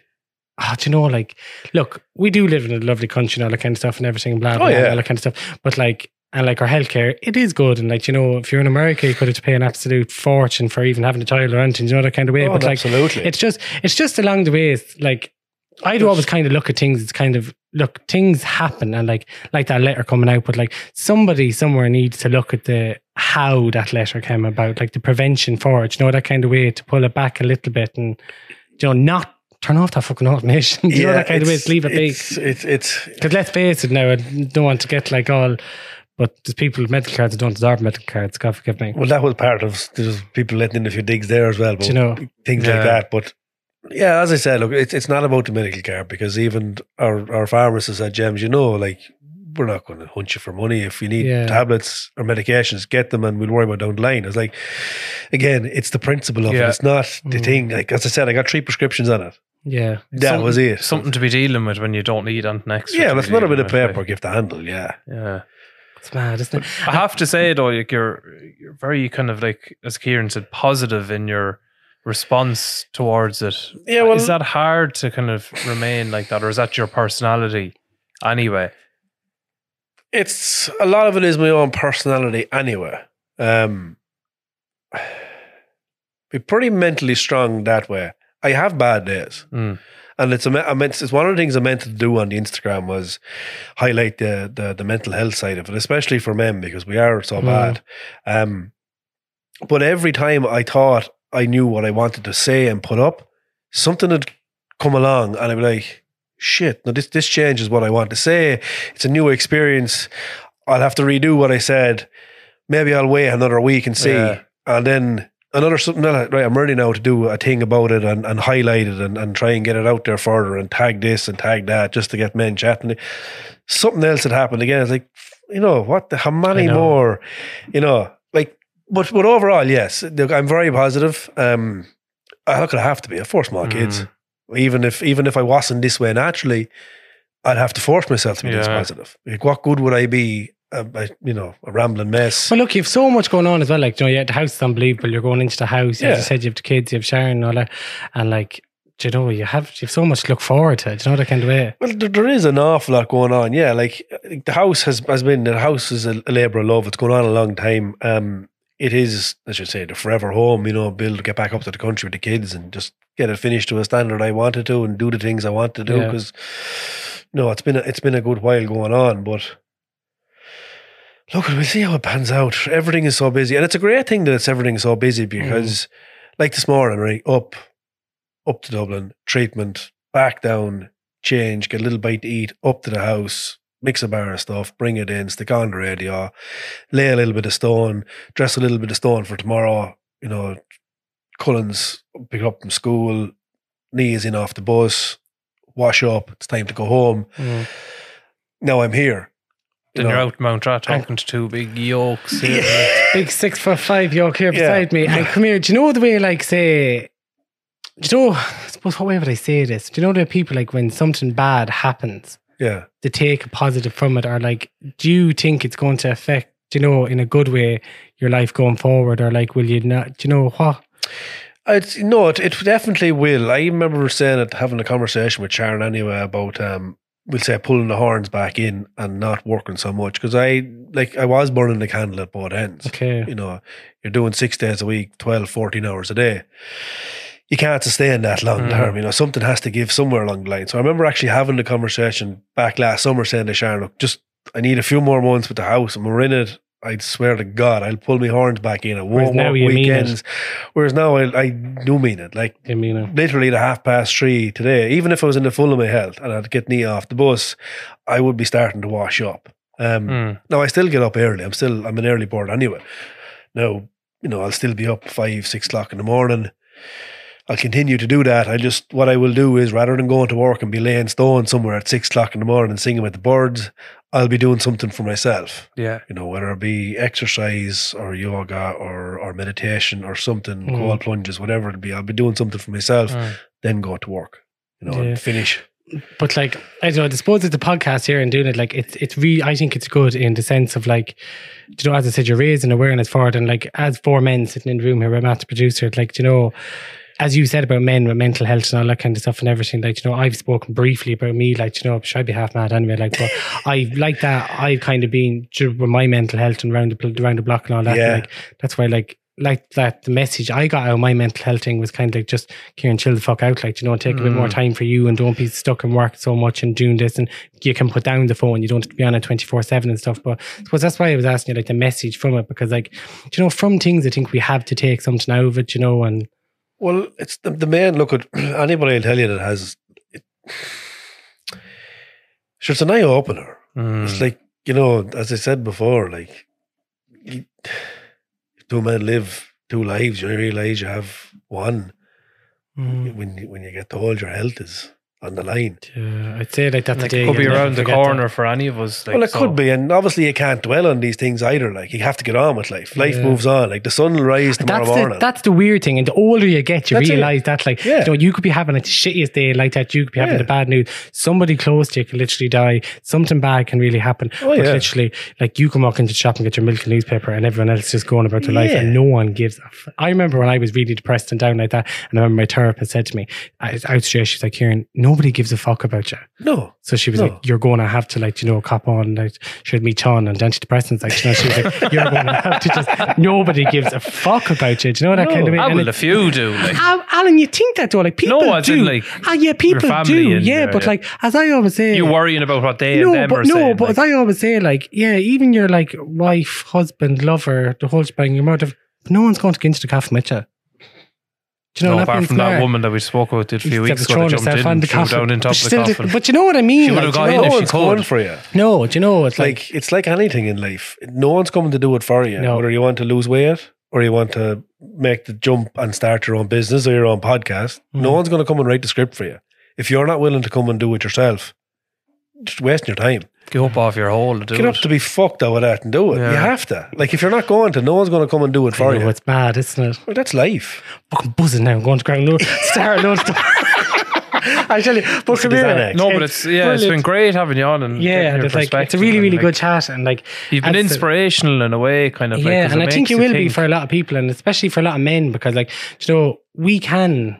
Speaker 3: Oh, do you know, like, look, we do live in a lovely country and all that kind of stuff and everything, blah, blah,
Speaker 4: Oh,
Speaker 3: blah,
Speaker 4: yeah.
Speaker 3: all that kind of stuff. But like, and like our healthcare, it is good. And like, you know, if you're in America, you could have to pay an absolute fortune for even having a child or anything, you know, that kind of way.
Speaker 4: Oh,
Speaker 3: but like,
Speaker 4: absolutely.
Speaker 3: it's just, it's just along the way. It's like, I do always kind of look at things. It's kind of look things happen, and like like that letter coming out, but like somebody somewhere needs to look at the how that letter came about, like the prevention for it. You know that kind of way to pull it back a little bit, and you know not turn off that fucking automation. you know that kind of way
Speaker 4: it's-
Speaker 3: to leave it be.
Speaker 4: It's it's, it's
Speaker 3: Because let's face it, now I don't want to get like all, but there's people with medical cards that don't deserve medical cards. God forgive me.
Speaker 4: Well, that was part of there's people letting in a few digs there as well, but
Speaker 3: Do you know?
Speaker 4: things
Speaker 2: Yeah.
Speaker 4: like that. But yeah, as I said, look, it's it's not about the medical card because even our our pharmacists at Gems, you know, like we're not going to hunt you for money if you need
Speaker 3: Yeah.
Speaker 4: tablets or medications, get them, and we'll worry about down the line. It's like again, it's the principle of
Speaker 2: Yeah.
Speaker 4: it. It's not the
Speaker 3: Mm.
Speaker 4: thing. Like as I said, I got three prescriptions on it.
Speaker 3: Yeah.
Speaker 4: That
Speaker 2: Something-
Speaker 4: was it.
Speaker 2: Something to be dealing with when you don't need anything extra.
Speaker 4: yeah,
Speaker 2: to be
Speaker 4: that's not a bit
Speaker 2: dealing
Speaker 4: of
Speaker 2: with, like.
Speaker 4: paperwork you have to handle. Yeah,
Speaker 2: Yeah.
Speaker 3: It's mad, isn't it?
Speaker 2: I have to say though, like you're you're very kind of like as Kieran said, positive in your response towards it.
Speaker 4: Yeah, well-
Speaker 2: Uh, is that hard to kind of remain like that, or is that your personality? Anyway,
Speaker 4: it's a lot of it is my own personality anyway. Um, be pretty mentally strong that way. I have bad days,
Speaker 2: Mm.
Speaker 4: and it's a me- I meant it's one of the things I meant to do on the Instagram was highlight the the, the mental health side of it, especially for men because we are so
Speaker 3: Mm.
Speaker 4: bad. Um, but every time I thought I knew what I wanted to say and put up, something had come along, and I'd be like, shit, no, this this changes what I want to say. It's a new experience. I'll have to redo what I said. Maybe I'll wait another week and see.
Speaker 2: Yeah.
Speaker 4: And then another something else, right, I'm ready now to do a thing about it and, and highlight it and, and try and get it out there further and tag this and tag that just to get men chatting. Something else that happened again. It's like, you know, what the how many
Speaker 2: know.
Speaker 4: more? You know, like but but overall, yes. Look, I'm very positive. Um I look I have to be. I force my kids. Even if even if I wasn't this way naturally, I'd have to force myself to be this
Speaker 2: Yeah.
Speaker 4: positive. Like what good would I be a, a, you know, a rambling mess?
Speaker 3: Well, look, you have so much going on as well. Like, you know, yeah, the house is unbelievable. You're going into the house.
Speaker 4: Yeah.
Speaker 3: As you said, you have the kids, you have Sharon and all that. And like, do you know, you have you have so much to look forward to. Do you know that kind of way?
Speaker 4: Well, there, there is an awful lot going on. Yeah, like the house has has been the house is a, labor of love. It's going on a long time. Um, it is, as you say, the forever home. You know, build, get back up to the country with the kids, and just get it finished to a standard I wanted to, and do the things I want to do.
Speaker 3: Yeah.
Speaker 4: Because no, it's been a, it's been a good while going on, but. Look, we'll see how it pans out. Everything is so busy, and it's a great thing that it's everything so busy because, like this morning, right up, up to Dublin, treatment, back down, change, get a little bite to eat, up to the house, mix a bar of stuff, bring it in, stick on the radio, lay a little bit of stone, dress a little bit of stone for tomorrow, you know, Cullen's pick up from school, knees in off the bus, wash up, it's time to go home. Now I'm here.
Speaker 2: Then
Speaker 4: You
Speaker 2: you're
Speaker 4: know.
Speaker 2: out Mount Rat talking to two big yokes. here.
Speaker 3: Big six foot five yoke here
Speaker 4: Yeah.
Speaker 3: beside me. And come here. Do you know the way, like, say, do you know, I suppose, what way would I say this? Do you know the people, like, when something bad happens,
Speaker 4: Yeah.
Speaker 3: they take a positive from it? Or, like, do you think it's going to affect, do you know, in a good way, your life going forward? Or, like, will you not, do you know what?
Speaker 4: It's, no, it, it definitely will. I even remember saying it, having a conversation with Sharon anyway about, um, we'll say, pulling the horns back in and not working so much because I like I was burning the candle at both ends.
Speaker 3: Okay.
Speaker 4: You know, you're doing six days a week, 12, 14 hours a day. You can't sustain that long
Speaker 3: Mm.
Speaker 4: term. You know, something has to give somewhere along the line. So I remember actually having the conversation back last summer saying to Sharon, look, just I need a few more months with the house and we're in it. I swear to God, I'll pull my horns back in. I
Speaker 3: Whereas
Speaker 4: won't
Speaker 3: now
Speaker 4: work
Speaker 3: you mean it.
Speaker 4: weekends. Whereas now I, I do mean it. Like
Speaker 3: I mean, uh,
Speaker 4: literally the half past three today, even if I was in the full of my health and I'd get knee off the bus, I would be starting to wash up. Um,
Speaker 2: Mm.
Speaker 4: Now I still get up early. I'm still I'm an early bird anyway. Now you know I'll still be up five six o'clock in the morning. I'll continue to do that. I just what I will do is rather than going to work and be laying stone somewhere at six o'clock in the morning and singing with the birds, I'll be doing something for myself
Speaker 2: yeah.
Speaker 4: you know, whether it be exercise or yoga or or meditation or something,
Speaker 3: Mm.
Speaker 4: cold plunges, whatever it be, I'll be doing something for myself,
Speaker 2: Mm.
Speaker 4: then go to work, you know,
Speaker 3: Yeah.
Speaker 4: and finish.
Speaker 3: but like I don't know, I suppose it's a podcast here and doing it like it's it's re I think it's good in the sense of like you know, as I said, you're raising awareness for it and like as four men sitting in the room here, we're not the producer, it's like, you know, as you said about men with mental health and all that kind of stuff and everything, like, you know, I've spoken briefly about me, like, you know, should I be half mad anyway? Like, but I like that. I've kind of been ju- with my mental health and round the, bl- round the block and all that.
Speaker 4: Yeah.
Speaker 3: Like, that's why, like, like that, the message I got out of my mental health thing was kind of like just here and chill the fuck out, like, you know, take a bit more
Speaker 2: Mm.
Speaker 3: time for you and don't be stuck in work so much and doing this. And you can put down the phone, you don't have to be on it 24 7 and stuff. But I suppose that's why I was asking you, like, the message from it, because, like, do you know, from things I think we have to take something out of it, you know, and
Speaker 4: Well, it's the, the main look at anybody will tell you that has it, sure it's an eye opener.
Speaker 2: hmm.
Speaker 4: It's like you know, as I said before, like you, two men live two lives. You realize you have one
Speaker 2: Hmm.
Speaker 4: when you- when you get to hold your health is on the line.
Speaker 3: Yeah, I'd say like that
Speaker 2: Like,
Speaker 3: today.
Speaker 2: it could be
Speaker 3: you'll never
Speaker 2: around the
Speaker 3: forget
Speaker 2: corner for any of us. Like,
Speaker 4: well, it
Speaker 2: so-
Speaker 4: could be, and obviously you can't dwell on these things either. Like you have to get on with life. Life
Speaker 3: Yeah.
Speaker 4: moves on. Like the sun will rise
Speaker 3: That.
Speaker 4: tomorrow
Speaker 3: That's the,
Speaker 4: morning.
Speaker 3: that's the weird thing, and the older you get, you
Speaker 4: That's it.
Speaker 3: realize that like
Speaker 4: Yeah.
Speaker 3: you know you could be having like the shittiest day like that, you could be having
Speaker 4: Yeah.
Speaker 3: the bad news. Somebody close to you could literally die. Something bad can really happen.
Speaker 4: Oh,
Speaker 3: but
Speaker 4: yeah.
Speaker 3: literally, like you can walk into the shop and get your milk and newspaper, and everyone else is just going about their life,
Speaker 4: Yeah.
Speaker 3: and no one gives. a f- I remember when I was really depressed and down like that, and I remember my therapist said to me, I was outstretched, she's like, "Kieran, nobody gives a fuck about you."
Speaker 4: no,
Speaker 3: So she was
Speaker 4: No.
Speaker 3: like, "You're going to have to like you know cop on like she had me ton and antidepressants like you know she was like you're going to have to just nobody gives a fuck about you. Do you know that kind of way?
Speaker 2: I
Speaker 3: And
Speaker 2: will
Speaker 3: it-
Speaker 2: if you do. Like,
Speaker 3: Al- Alan, you think that though? Like people
Speaker 2: No, as in,
Speaker 3: do.
Speaker 2: like,
Speaker 3: ah, yeah, people
Speaker 2: family
Speaker 3: do.
Speaker 2: and
Speaker 3: Yeah,
Speaker 2: your-
Speaker 3: but like as I always say,
Speaker 2: you worrying about what they and
Speaker 3: no,
Speaker 2: them are
Speaker 3: but no,
Speaker 2: saying.
Speaker 3: but
Speaker 2: like,
Speaker 3: as I always say, like yeah, even your like wife, husband, lover, the whole shebang, your mother, no one's going to get into the coffin with you. Do you know
Speaker 2: no,
Speaker 3: what
Speaker 2: apart
Speaker 3: happened
Speaker 2: from that
Speaker 3: there?
Speaker 2: woman that we spoke about a few
Speaker 3: That
Speaker 2: weeks
Speaker 3: was
Speaker 2: ago that
Speaker 3: throwing
Speaker 2: jumped
Speaker 3: herself
Speaker 2: in
Speaker 3: on
Speaker 2: and
Speaker 3: the
Speaker 2: threw
Speaker 3: coffin.
Speaker 2: down into
Speaker 3: But
Speaker 2: the
Speaker 3: she still did-
Speaker 2: coffin.
Speaker 3: But you know what I mean?
Speaker 2: She would
Speaker 3: Like,
Speaker 2: have
Speaker 3: do you
Speaker 2: got
Speaker 3: know-
Speaker 2: in if she
Speaker 4: one's going
Speaker 2: could.
Speaker 4: for you.
Speaker 3: No, do you know? It's like,
Speaker 4: Like it's like anything in life. No one's coming to do it for you.
Speaker 3: No.
Speaker 4: Whether you want to lose weight or you want to make the jump and start your own business or your own podcast, no
Speaker 3: Mm.
Speaker 4: one's going to come and write the script for you. If you're not willing to come and do it yourself, just wasting your time.
Speaker 2: Get up off your hole and do
Speaker 4: Get
Speaker 2: it.
Speaker 4: up to be fucked out with that and do it. You
Speaker 2: Yeah.
Speaker 4: have to. Like if you're not going to, no one's going to come and do it for
Speaker 3: I know,
Speaker 4: you.
Speaker 3: it's mad, isn't it?
Speaker 4: Well, that's life.
Speaker 3: Fucking buzzing now. I'm going to ground load. Star load. I tell you, but come
Speaker 4: design
Speaker 3: here.
Speaker 4: act.
Speaker 2: no, but it's yeah, it's been
Speaker 3: brilliant.
Speaker 2: great having you on and
Speaker 3: Yeah,
Speaker 2: getting your
Speaker 3: it's like it's a
Speaker 2: perspective
Speaker 3: really,
Speaker 2: and,
Speaker 3: really
Speaker 2: like,
Speaker 3: good chat, and like
Speaker 2: You've been
Speaker 3: as the-
Speaker 2: inspirational in a way, kind of. like,
Speaker 3: yeah,
Speaker 2: 'cause
Speaker 3: and
Speaker 2: it
Speaker 3: I think
Speaker 2: makes
Speaker 3: you will be
Speaker 2: think.
Speaker 3: for a lot of people, and especially for a lot of men, because like do you know, we can.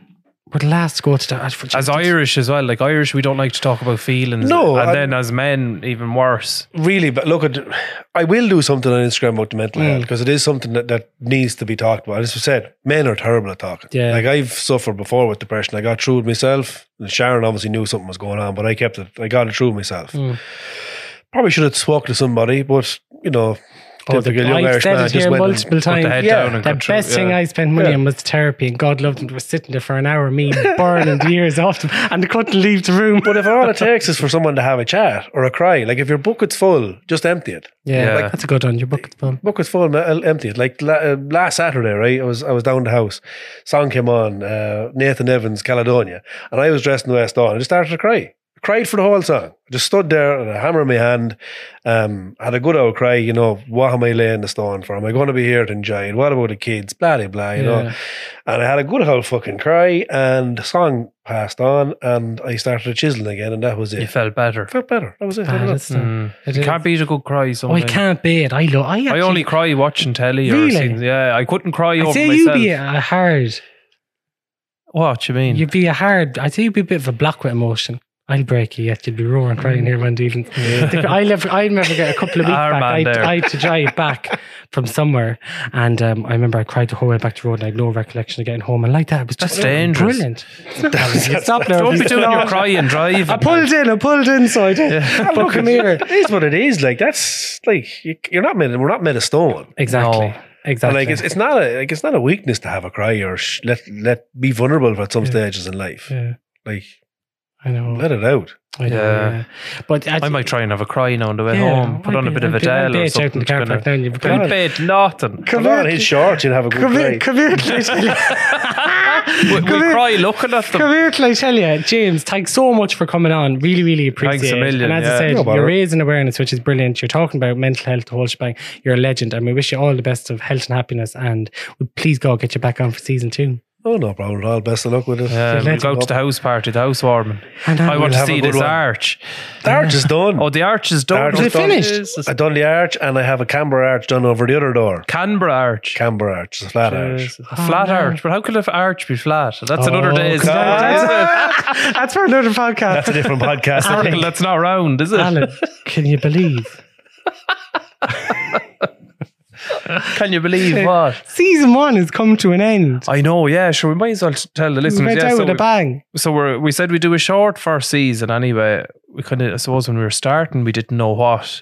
Speaker 3: We're the last to go to the
Speaker 2: as Irish as well. Like Irish, we don't like to talk about feelings.
Speaker 4: No,
Speaker 2: and
Speaker 4: I-
Speaker 2: then as men, even worse.
Speaker 4: Really, but look at I will do something on Instagram about the mental health because it is something that, that needs to be talked about. As I said, men are terrible at talking.
Speaker 3: Yeah.
Speaker 4: Like I've suffered before with depression. I got through it myself. And Sharon obviously knew something was going on, but I kept it I got it through myself.
Speaker 3: Hmm.
Speaker 4: Probably should have spoke to somebody, but you know,
Speaker 3: Oh, the,
Speaker 4: typical
Speaker 3: I've
Speaker 4: young Irish
Speaker 3: said
Speaker 4: man
Speaker 3: it
Speaker 4: just
Speaker 3: here
Speaker 4: went and-
Speaker 3: multiple
Speaker 2: Put
Speaker 3: times.
Speaker 2: the head
Speaker 4: Yeah,
Speaker 2: down and
Speaker 3: The
Speaker 2: cut through,
Speaker 3: best
Speaker 2: yeah.
Speaker 3: thing I spent money
Speaker 4: Yeah.
Speaker 3: on was therapy, and God loved it. We're sitting there for an hour, me burning the ears off them, and they couldn't leave the room.
Speaker 4: But if all it takes is for someone to have a chat or a cry, like if your bucket's full, just empty it.
Speaker 3: yeah,
Speaker 2: Yeah.
Speaker 3: that's a good one. Your bucket's full.
Speaker 4: Bucket's full, ma- I'll empty it. Like la- uh, last Saturday, right? I was I was down the house. Song came on, uh, Nathan Evans, Caledonia, and I was dressed in West Dawn. I just started to cry. Cried for the whole song. Just stood there and a hammer in my hand. Um, had a good old cry. You know, what am I laying the stone for? Am I going to be here to enjoy it? What about the kids? Blah de blah. You know.
Speaker 3: Yeah.
Speaker 4: And I had a good old fucking cry. And the song passed on, and I started chiseling again, and that was it.
Speaker 2: You felt better. Mm.
Speaker 4: felt better. That was it. I
Speaker 3: Ah,
Speaker 4: don't know.
Speaker 3: that's not- it
Speaker 2: You
Speaker 3: is.
Speaker 2: can't beat a good cry.
Speaker 3: Oh, I
Speaker 2: Sometimes
Speaker 3: can't be it. I love. I,
Speaker 2: I
Speaker 3: actually-
Speaker 2: only cry watching telly. Or
Speaker 3: Really?
Speaker 2: scenes. yeah, I couldn't cry
Speaker 3: I
Speaker 2: over
Speaker 3: say you
Speaker 2: myself.
Speaker 3: be a hard.
Speaker 2: What you mean?
Speaker 3: You'd be a hard. I say you'd be a bit of a block with emotion. I'll break you yet. You'd be roaring, crying here, man, dealing. I never, I remember get a couple of weeks
Speaker 2: Our
Speaker 3: back.
Speaker 2: man
Speaker 3: I,
Speaker 2: there.
Speaker 3: I had to drive back from somewhere, and um, I remember I cried the whole way back to the road, and I had no recollection of getting home. And like that, it was just
Speaker 2: That's dangerous.
Speaker 3: brilliant. Stop now.
Speaker 2: don't be
Speaker 3: please.
Speaker 2: doing your crying
Speaker 3: I
Speaker 2: driving.
Speaker 3: pulled in. I pulled in, so I did. But come here.
Speaker 4: It is what it is. Like that's like you- you're not made. We're not made of stone.
Speaker 2: No.
Speaker 3: Exactly.
Speaker 4: And
Speaker 3: Exactly.
Speaker 4: like it's, it's not a like it's not a weakness to have a cry or sh- let let be vulnerable at some
Speaker 3: Yeah.
Speaker 4: stages in life.
Speaker 3: yeah,
Speaker 4: Like
Speaker 3: I know.
Speaker 4: let it out.
Speaker 3: I know,
Speaker 2: Yeah.
Speaker 3: But uh,
Speaker 2: I might try and have a cry now on the way
Speaker 3: Yeah,
Speaker 2: home. Put
Speaker 3: I'd
Speaker 2: on a
Speaker 3: be-
Speaker 2: bit of
Speaker 3: I'd be- I'd
Speaker 2: Adele
Speaker 3: be
Speaker 2: or
Speaker 3: out in the
Speaker 2: something.
Speaker 3: car park now and you'd be
Speaker 2: Couldn't
Speaker 3: gone.
Speaker 2: bet nothing.
Speaker 4: Come on, his shorts, you'd have a good
Speaker 3: Come
Speaker 4: cry.
Speaker 3: here, come here, can I tell you?
Speaker 2: We, we
Speaker 3: Come here.
Speaker 2: cry looking at
Speaker 3: Come
Speaker 2: them.
Speaker 3: here, can I tell you, James? Thanks so much for coming on. Really, really appreciate
Speaker 2: Thanks a
Speaker 3: it.
Speaker 2: million,
Speaker 3: and as
Speaker 2: yeah.
Speaker 3: I said,
Speaker 4: No bother.
Speaker 3: you're raising awareness, which is brilliant. You're talking about mental health, the whole shebang. You're a legend, and we wish you all the best of health and happiness. And please go get you back on for season two.
Speaker 4: Oh no problem at all. Best of luck with it.
Speaker 2: Yeah, we'll Um, go to the house party, the house warming.
Speaker 3: And
Speaker 2: I want to
Speaker 4: have a
Speaker 2: see
Speaker 4: good
Speaker 2: this
Speaker 4: one.
Speaker 2: arch.
Speaker 4: The arch is done.
Speaker 2: Oh, the arch is
Speaker 4: The
Speaker 2: done.
Speaker 4: arch
Speaker 2: Oh,
Speaker 4: is
Speaker 2: it's done.
Speaker 3: finished?
Speaker 2: Jesus.
Speaker 4: I done the arch, and I have a Canberra arch done over the other door.
Speaker 2: Canberra arch.
Speaker 4: Canberra arch, it's a flat arch.
Speaker 2: Jesus. A flat
Speaker 3: no.
Speaker 2: arch. But how could an arch be flat? That's another
Speaker 3: Oh,
Speaker 2: day.
Speaker 3: God. That's, that's for another
Speaker 4: That's a
Speaker 3: podcast.
Speaker 4: different podcast. I
Speaker 2: circle
Speaker 4: think.
Speaker 2: that's not round, is it?
Speaker 3: Alan, can you believe?
Speaker 2: Can you believe what?
Speaker 3: Season one has come to an end.
Speaker 2: I know, yeah, sure. We might as well tell the
Speaker 3: We
Speaker 2: listeners.
Speaker 3: went
Speaker 2: Oh, Yeah,
Speaker 3: out
Speaker 2: so
Speaker 3: with a
Speaker 2: we-
Speaker 3: bang.
Speaker 2: so we're, we said we do a short first season anyway. We kind of, I suppose, when we were starting, we didn't know what.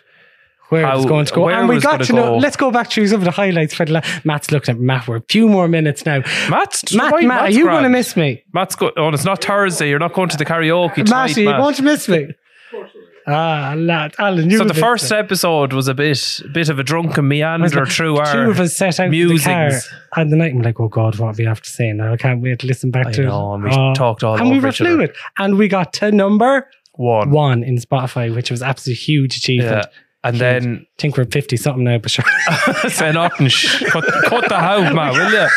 Speaker 3: where
Speaker 2: how-
Speaker 3: it was going to go.
Speaker 2: where
Speaker 3: And
Speaker 2: it
Speaker 3: we
Speaker 2: was
Speaker 3: got
Speaker 2: gonna
Speaker 3: to know.
Speaker 2: go.
Speaker 3: Let's go back through some of the highlights for the la- Matt's looking at Matt. We're a few more minutes now.
Speaker 2: Matt's
Speaker 3: Matt,
Speaker 2: right,
Speaker 3: Matt,
Speaker 2: Matt's
Speaker 3: are you
Speaker 2: grand.
Speaker 3: going to miss me?
Speaker 2: Matt's go- oh, and it's not Thursday. You're not going to the karaoke tonight,
Speaker 3: Matt, are you
Speaker 2: Matt.
Speaker 3: going to miss me? Ah, lad, Alan, you
Speaker 2: so
Speaker 3: will
Speaker 2: the
Speaker 3: miss
Speaker 2: first
Speaker 3: me.
Speaker 2: episode was a bit, bit of a drunken
Speaker 3: Was
Speaker 2: meander
Speaker 3: it-
Speaker 2: through
Speaker 3: the
Speaker 2: our
Speaker 3: two of us set out in the car
Speaker 2: musings.
Speaker 3: and the night. I'm like, oh God, what are we have to say now? I can't wait to listen back
Speaker 2: I
Speaker 3: to
Speaker 2: know,
Speaker 3: it.
Speaker 2: and we
Speaker 3: Oh.
Speaker 2: talked all
Speaker 3: and we
Speaker 2: over
Speaker 3: were
Speaker 2: each other.
Speaker 3: fluid, and we got to number
Speaker 2: one.
Speaker 3: one in Spotify, which was absolutely huge
Speaker 2: Yeah.
Speaker 3: achievement.
Speaker 2: And then
Speaker 3: I think we're fifty something now, but sure.
Speaker 2: Sven Orange, cut, cut the hound, Matt, will you?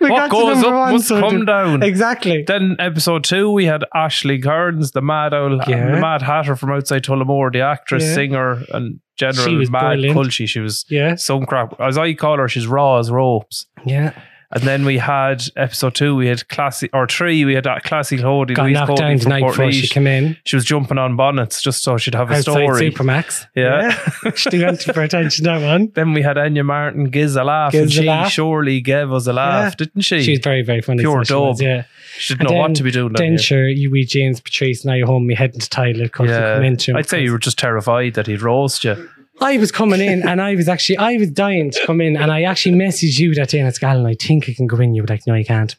Speaker 3: we
Speaker 2: What
Speaker 3: got
Speaker 2: goes
Speaker 3: to number
Speaker 2: up
Speaker 3: one,
Speaker 2: must
Speaker 3: so
Speaker 2: come
Speaker 3: the-
Speaker 2: down.
Speaker 3: Exactly.
Speaker 2: Then episode two, we had Ashley Kearns, the mad owl,
Speaker 3: Yeah.
Speaker 2: the mad hatter from outside Tullamore, the actress,
Speaker 3: Yeah.
Speaker 2: singer, and general
Speaker 3: She was
Speaker 2: mad
Speaker 3: brilliant.
Speaker 2: culture. She was
Speaker 3: Yeah.
Speaker 2: some crap. As I call her, she's raw as ropes.
Speaker 3: Yeah.
Speaker 2: And then we had episode two, we had classy or three, we had that classy Cody.
Speaker 3: got
Speaker 2: Louise
Speaker 3: knocked
Speaker 2: Cody
Speaker 3: down
Speaker 2: from
Speaker 3: tonight before she
Speaker 2: Portlaoise.
Speaker 3: came in.
Speaker 2: She was jumping on bonnets just so she'd have a
Speaker 3: Outside
Speaker 2: story.
Speaker 3: Supermax.
Speaker 2: Yeah.
Speaker 3: she didn't want to pay attention to that one.
Speaker 2: Then we had Enya Martin gives a laugh,
Speaker 3: Gives
Speaker 2: and
Speaker 3: a
Speaker 2: she
Speaker 3: laugh.
Speaker 2: surely gave us a laugh,
Speaker 3: Yeah.
Speaker 2: didn't she?
Speaker 3: She was very, very funny.
Speaker 2: Pure
Speaker 3: so she was,
Speaker 2: dope.
Speaker 3: Yeah.
Speaker 2: she didn't know what to be doing. down
Speaker 3: Then
Speaker 2: here.
Speaker 3: sure, you, we, James, Patrice, now you're home, we heading to Tyler because yeah. come into him.
Speaker 2: I'd say you were just terrified that he'd roast you.
Speaker 3: I was coming in and I was actually, I was dying to come in and I actually messaged you that day and it's Alan, I think I can go in. You were like, no, I can't.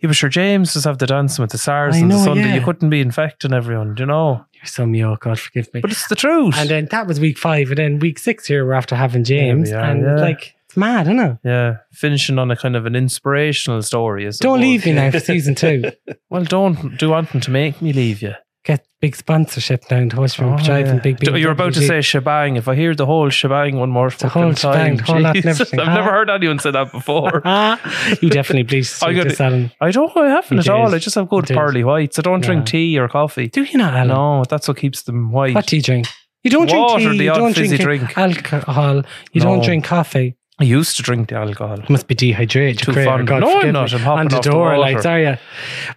Speaker 2: Yeah, but sure, James does have the dancing with the SARS
Speaker 3: I
Speaker 2: on the
Speaker 3: know,
Speaker 2: Sunday.
Speaker 3: yeah.
Speaker 2: You couldn't be infecting everyone, do you know?
Speaker 3: You're some yo, God forgive me.
Speaker 2: But it's the truth.
Speaker 3: and then that was week five. And then week six here, we're after having James.
Speaker 2: are,
Speaker 3: and
Speaker 2: yeah.
Speaker 3: like, it's mad, isn't it?
Speaker 2: yeah, finishing on a kind of an inspirational story. Is
Speaker 3: Don't leave me now for season two.
Speaker 2: Well, don't do wanting to make me leave you.
Speaker 3: Get big sponsorship down to watch me
Speaker 2: Oh,
Speaker 3: driving
Speaker 2: yeah.
Speaker 3: big
Speaker 2: Do- You're about to
Speaker 3: BMWs.
Speaker 2: say shebang. If I hear the whole shebang one more fucking
Speaker 3: whole
Speaker 2: time,
Speaker 3: shebang, the whole lot and
Speaker 2: Jesus,
Speaker 3: everything.
Speaker 2: I've
Speaker 3: Ah.
Speaker 2: never heard anyone say that before.
Speaker 3: Ah, you definitely bleached
Speaker 2: I got
Speaker 3: this,
Speaker 2: it.
Speaker 3: Alan.
Speaker 2: I don't. I haven't
Speaker 3: You
Speaker 2: at all.
Speaker 3: did.
Speaker 2: I just have good
Speaker 3: You did.
Speaker 2: pearly whites. I don't drink
Speaker 3: No.
Speaker 2: tea or coffee.
Speaker 3: Do you not, Alan?
Speaker 2: No, that's what keeps them white.
Speaker 3: What do you drink? You don't
Speaker 2: Water,
Speaker 3: drink tea.
Speaker 2: the
Speaker 3: you
Speaker 2: odd
Speaker 3: don't
Speaker 2: fizzy
Speaker 3: drink,
Speaker 2: drink.
Speaker 3: alcohol. You don't
Speaker 2: No.
Speaker 3: drink coffee.
Speaker 2: I used to drink the alcohol.
Speaker 3: You must be dehydrated.
Speaker 2: Too
Speaker 3: Craig,
Speaker 2: fond-
Speaker 3: God
Speaker 2: No, I'm
Speaker 3: forgive
Speaker 2: not.
Speaker 3: me.
Speaker 2: I'm hopping
Speaker 3: On the
Speaker 2: off the
Speaker 3: door
Speaker 2: water.
Speaker 3: lights, are you?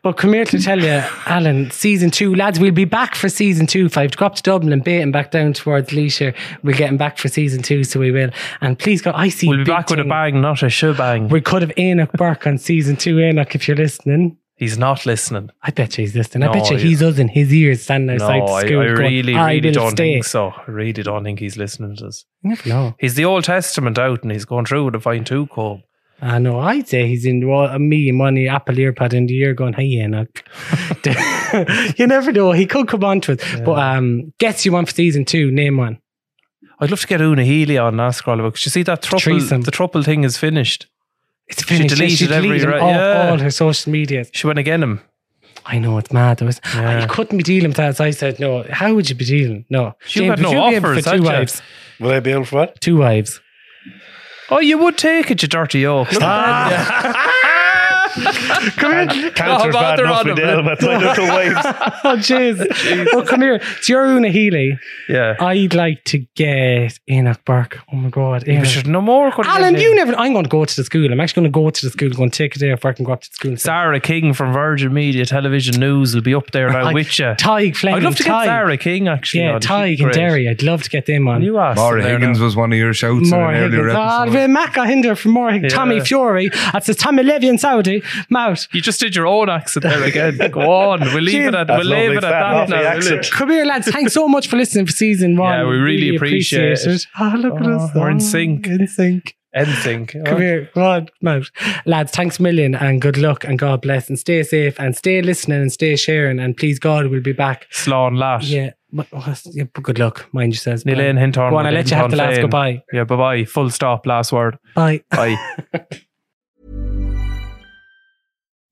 Speaker 3: But come here to tell you, Alan, season two, lads, we'll be back for season two. If I've to go up to Dublin and bait and back down towards Leash here, we're getting back for season two, so we will. And please, God, I see
Speaker 2: We'll be
Speaker 3: big
Speaker 2: back with a
Speaker 3: thing.
Speaker 2: bang, not a shebang.
Speaker 3: We could have Enoch Burke on season two, Enoch, if you're listening.
Speaker 2: He's not listening.
Speaker 3: I bet you he's listening.
Speaker 2: No,
Speaker 3: I bet you
Speaker 2: I-
Speaker 3: he's us in his ears standing
Speaker 2: No,
Speaker 3: outside
Speaker 2: I,
Speaker 3: the
Speaker 2: I
Speaker 3: school. going,
Speaker 2: really,
Speaker 3: "I
Speaker 2: really
Speaker 3: will
Speaker 2: don't
Speaker 3: stay."
Speaker 2: think so. I really don't think he's listening to us.
Speaker 3: You never know.
Speaker 2: He's the Old Testament out and he's going through with a fine tooth comb.
Speaker 3: I know. I'd say he's in well, me money Apple earpad in the ear going, "Hey, Enoch." you never know. He could come on to us. But um, guess you want for season two. Name one.
Speaker 2: I'd love to get Una Healy on and ask her all about because you see that
Speaker 3: Threesome.
Speaker 2: truffle, the truffle thing is finished.
Speaker 3: It's finished. Yes,
Speaker 2: deleted every
Speaker 3: deleted
Speaker 2: re-
Speaker 3: all,
Speaker 2: yeah.
Speaker 3: all her social medias.
Speaker 2: She went again him.
Speaker 3: I know it's mad. Though. isn't it?
Speaker 2: Yeah.
Speaker 3: You couldn't be dealing with that. So I said, no. How would you be dealing? No.
Speaker 2: You
Speaker 3: James,
Speaker 2: got
Speaker 3: would
Speaker 2: no
Speaker 3: be able
Speaker 2: offers,
Speaker 3: for
Speaker 2: had
Speaker 3: two
Speaker 2: you?
Speaker 3: wives.
Speaker 4: Will I be on for what?
Speaker 3: Two wives.
Speaker 2: Oh, you would take it, you dirty yoke. Look at that.
Speaker 4: Cancer's
Speaker 2: Oh,
Speaker 4: bad
Speaker 2: bother
Speaker 4: enough
Speaker 2: on
Speaker 4: we
Speaker 2: him,
Speaker 4: deal,
Speaker 2: man.
Speaker 4: but I don't know why.
Speaker 3: oh, jeez. well, come here. It's your Una Healy.
Speaker 2: Yeah.
Speaker 3: I'd like to get Enoch Burke. Oh my God.
Speaker 2: You
Speaker 3: Enoch.
Speaker 2: should no more. could have
Speaker 3: Alan,
Speaker 2: been.
Speaker 3: you never. I'm going to go to the school. I'm actually going to go to the school. Going to take a day off work and go up to the school. and say,
Speaker 2: Sarah King from Virgin Media Television News will be up there now
Speaker 3: I-
Speaker 2: with you.
Speaker 3: Tig Fleming.
Speaker 2: I'd love to get
Speaker 3: Tig.
Speaker 2: Sarah King actually.
Speaker 3: Yeah,
Speaker 2: on.
Speaker 3: Tig
Speaker 2: She's
Speaker 3: and
Speaker 2: great.
Speaker 3: Derry. I'd love to get them on.
Speaker 2: You asked.
Speaker 5: Maura Higgins was one of your shouts
Speaker 3: More
Speaker 5: in an
Speaker 3: Higgins.
Speaker 5: earlier
Speaker 3: Oh,
Speaker 5: episode.
Speaker 3: we're Maca Hinder from More Higgins.
Speaker 2: Yeah.
Speaker 3: Tommy Fury. That's his Tommy Levy in Saudi. Mout.
Speaker 2: You just did your own accent there again. Go on. We'll leave it at,
Speaker 4: That's
Speaker 2: we'll leave
Speaker 4: lovely,
Speaker 2: it at
Speaker 4: fat,
Speaker 2: that
Speaker 4: lovely
Speaker 2: now. will
Speaker 4: accent.
Speaker 2: it?
Speaker 3: Come here, lads. Thanks so much for listening for season one.
Speaker 2: Yeah, we really appreciate it.
Speaker 3: Oh, look at
Speaker 2: Oh,
Speaker 3: us.
Speaker 2: we're in
Speaker 3: Oh,
Speaker 2: sync.
Speaker 3: In sync.
Speaker 2: Anything.
Speaker 3: Come here, come on, come out. Lads, thanks a million and good luck and God bless and stay safe and stay listening and stay sharing and please God we'll be back.
Speaker 2: Slaw and lash.
Speaker 3: Yeah, but, oh, yeah, but good luck, mind yourselves. Um,
Speaker 2: Neil Ian Hinton.
Speaker 3: Go on, I'll let you have the last goodbye.
Speaker 2: Yeah, bye bye. Full stop. Last word.
Speaker 3: Bye.
Speaker 2: Bye.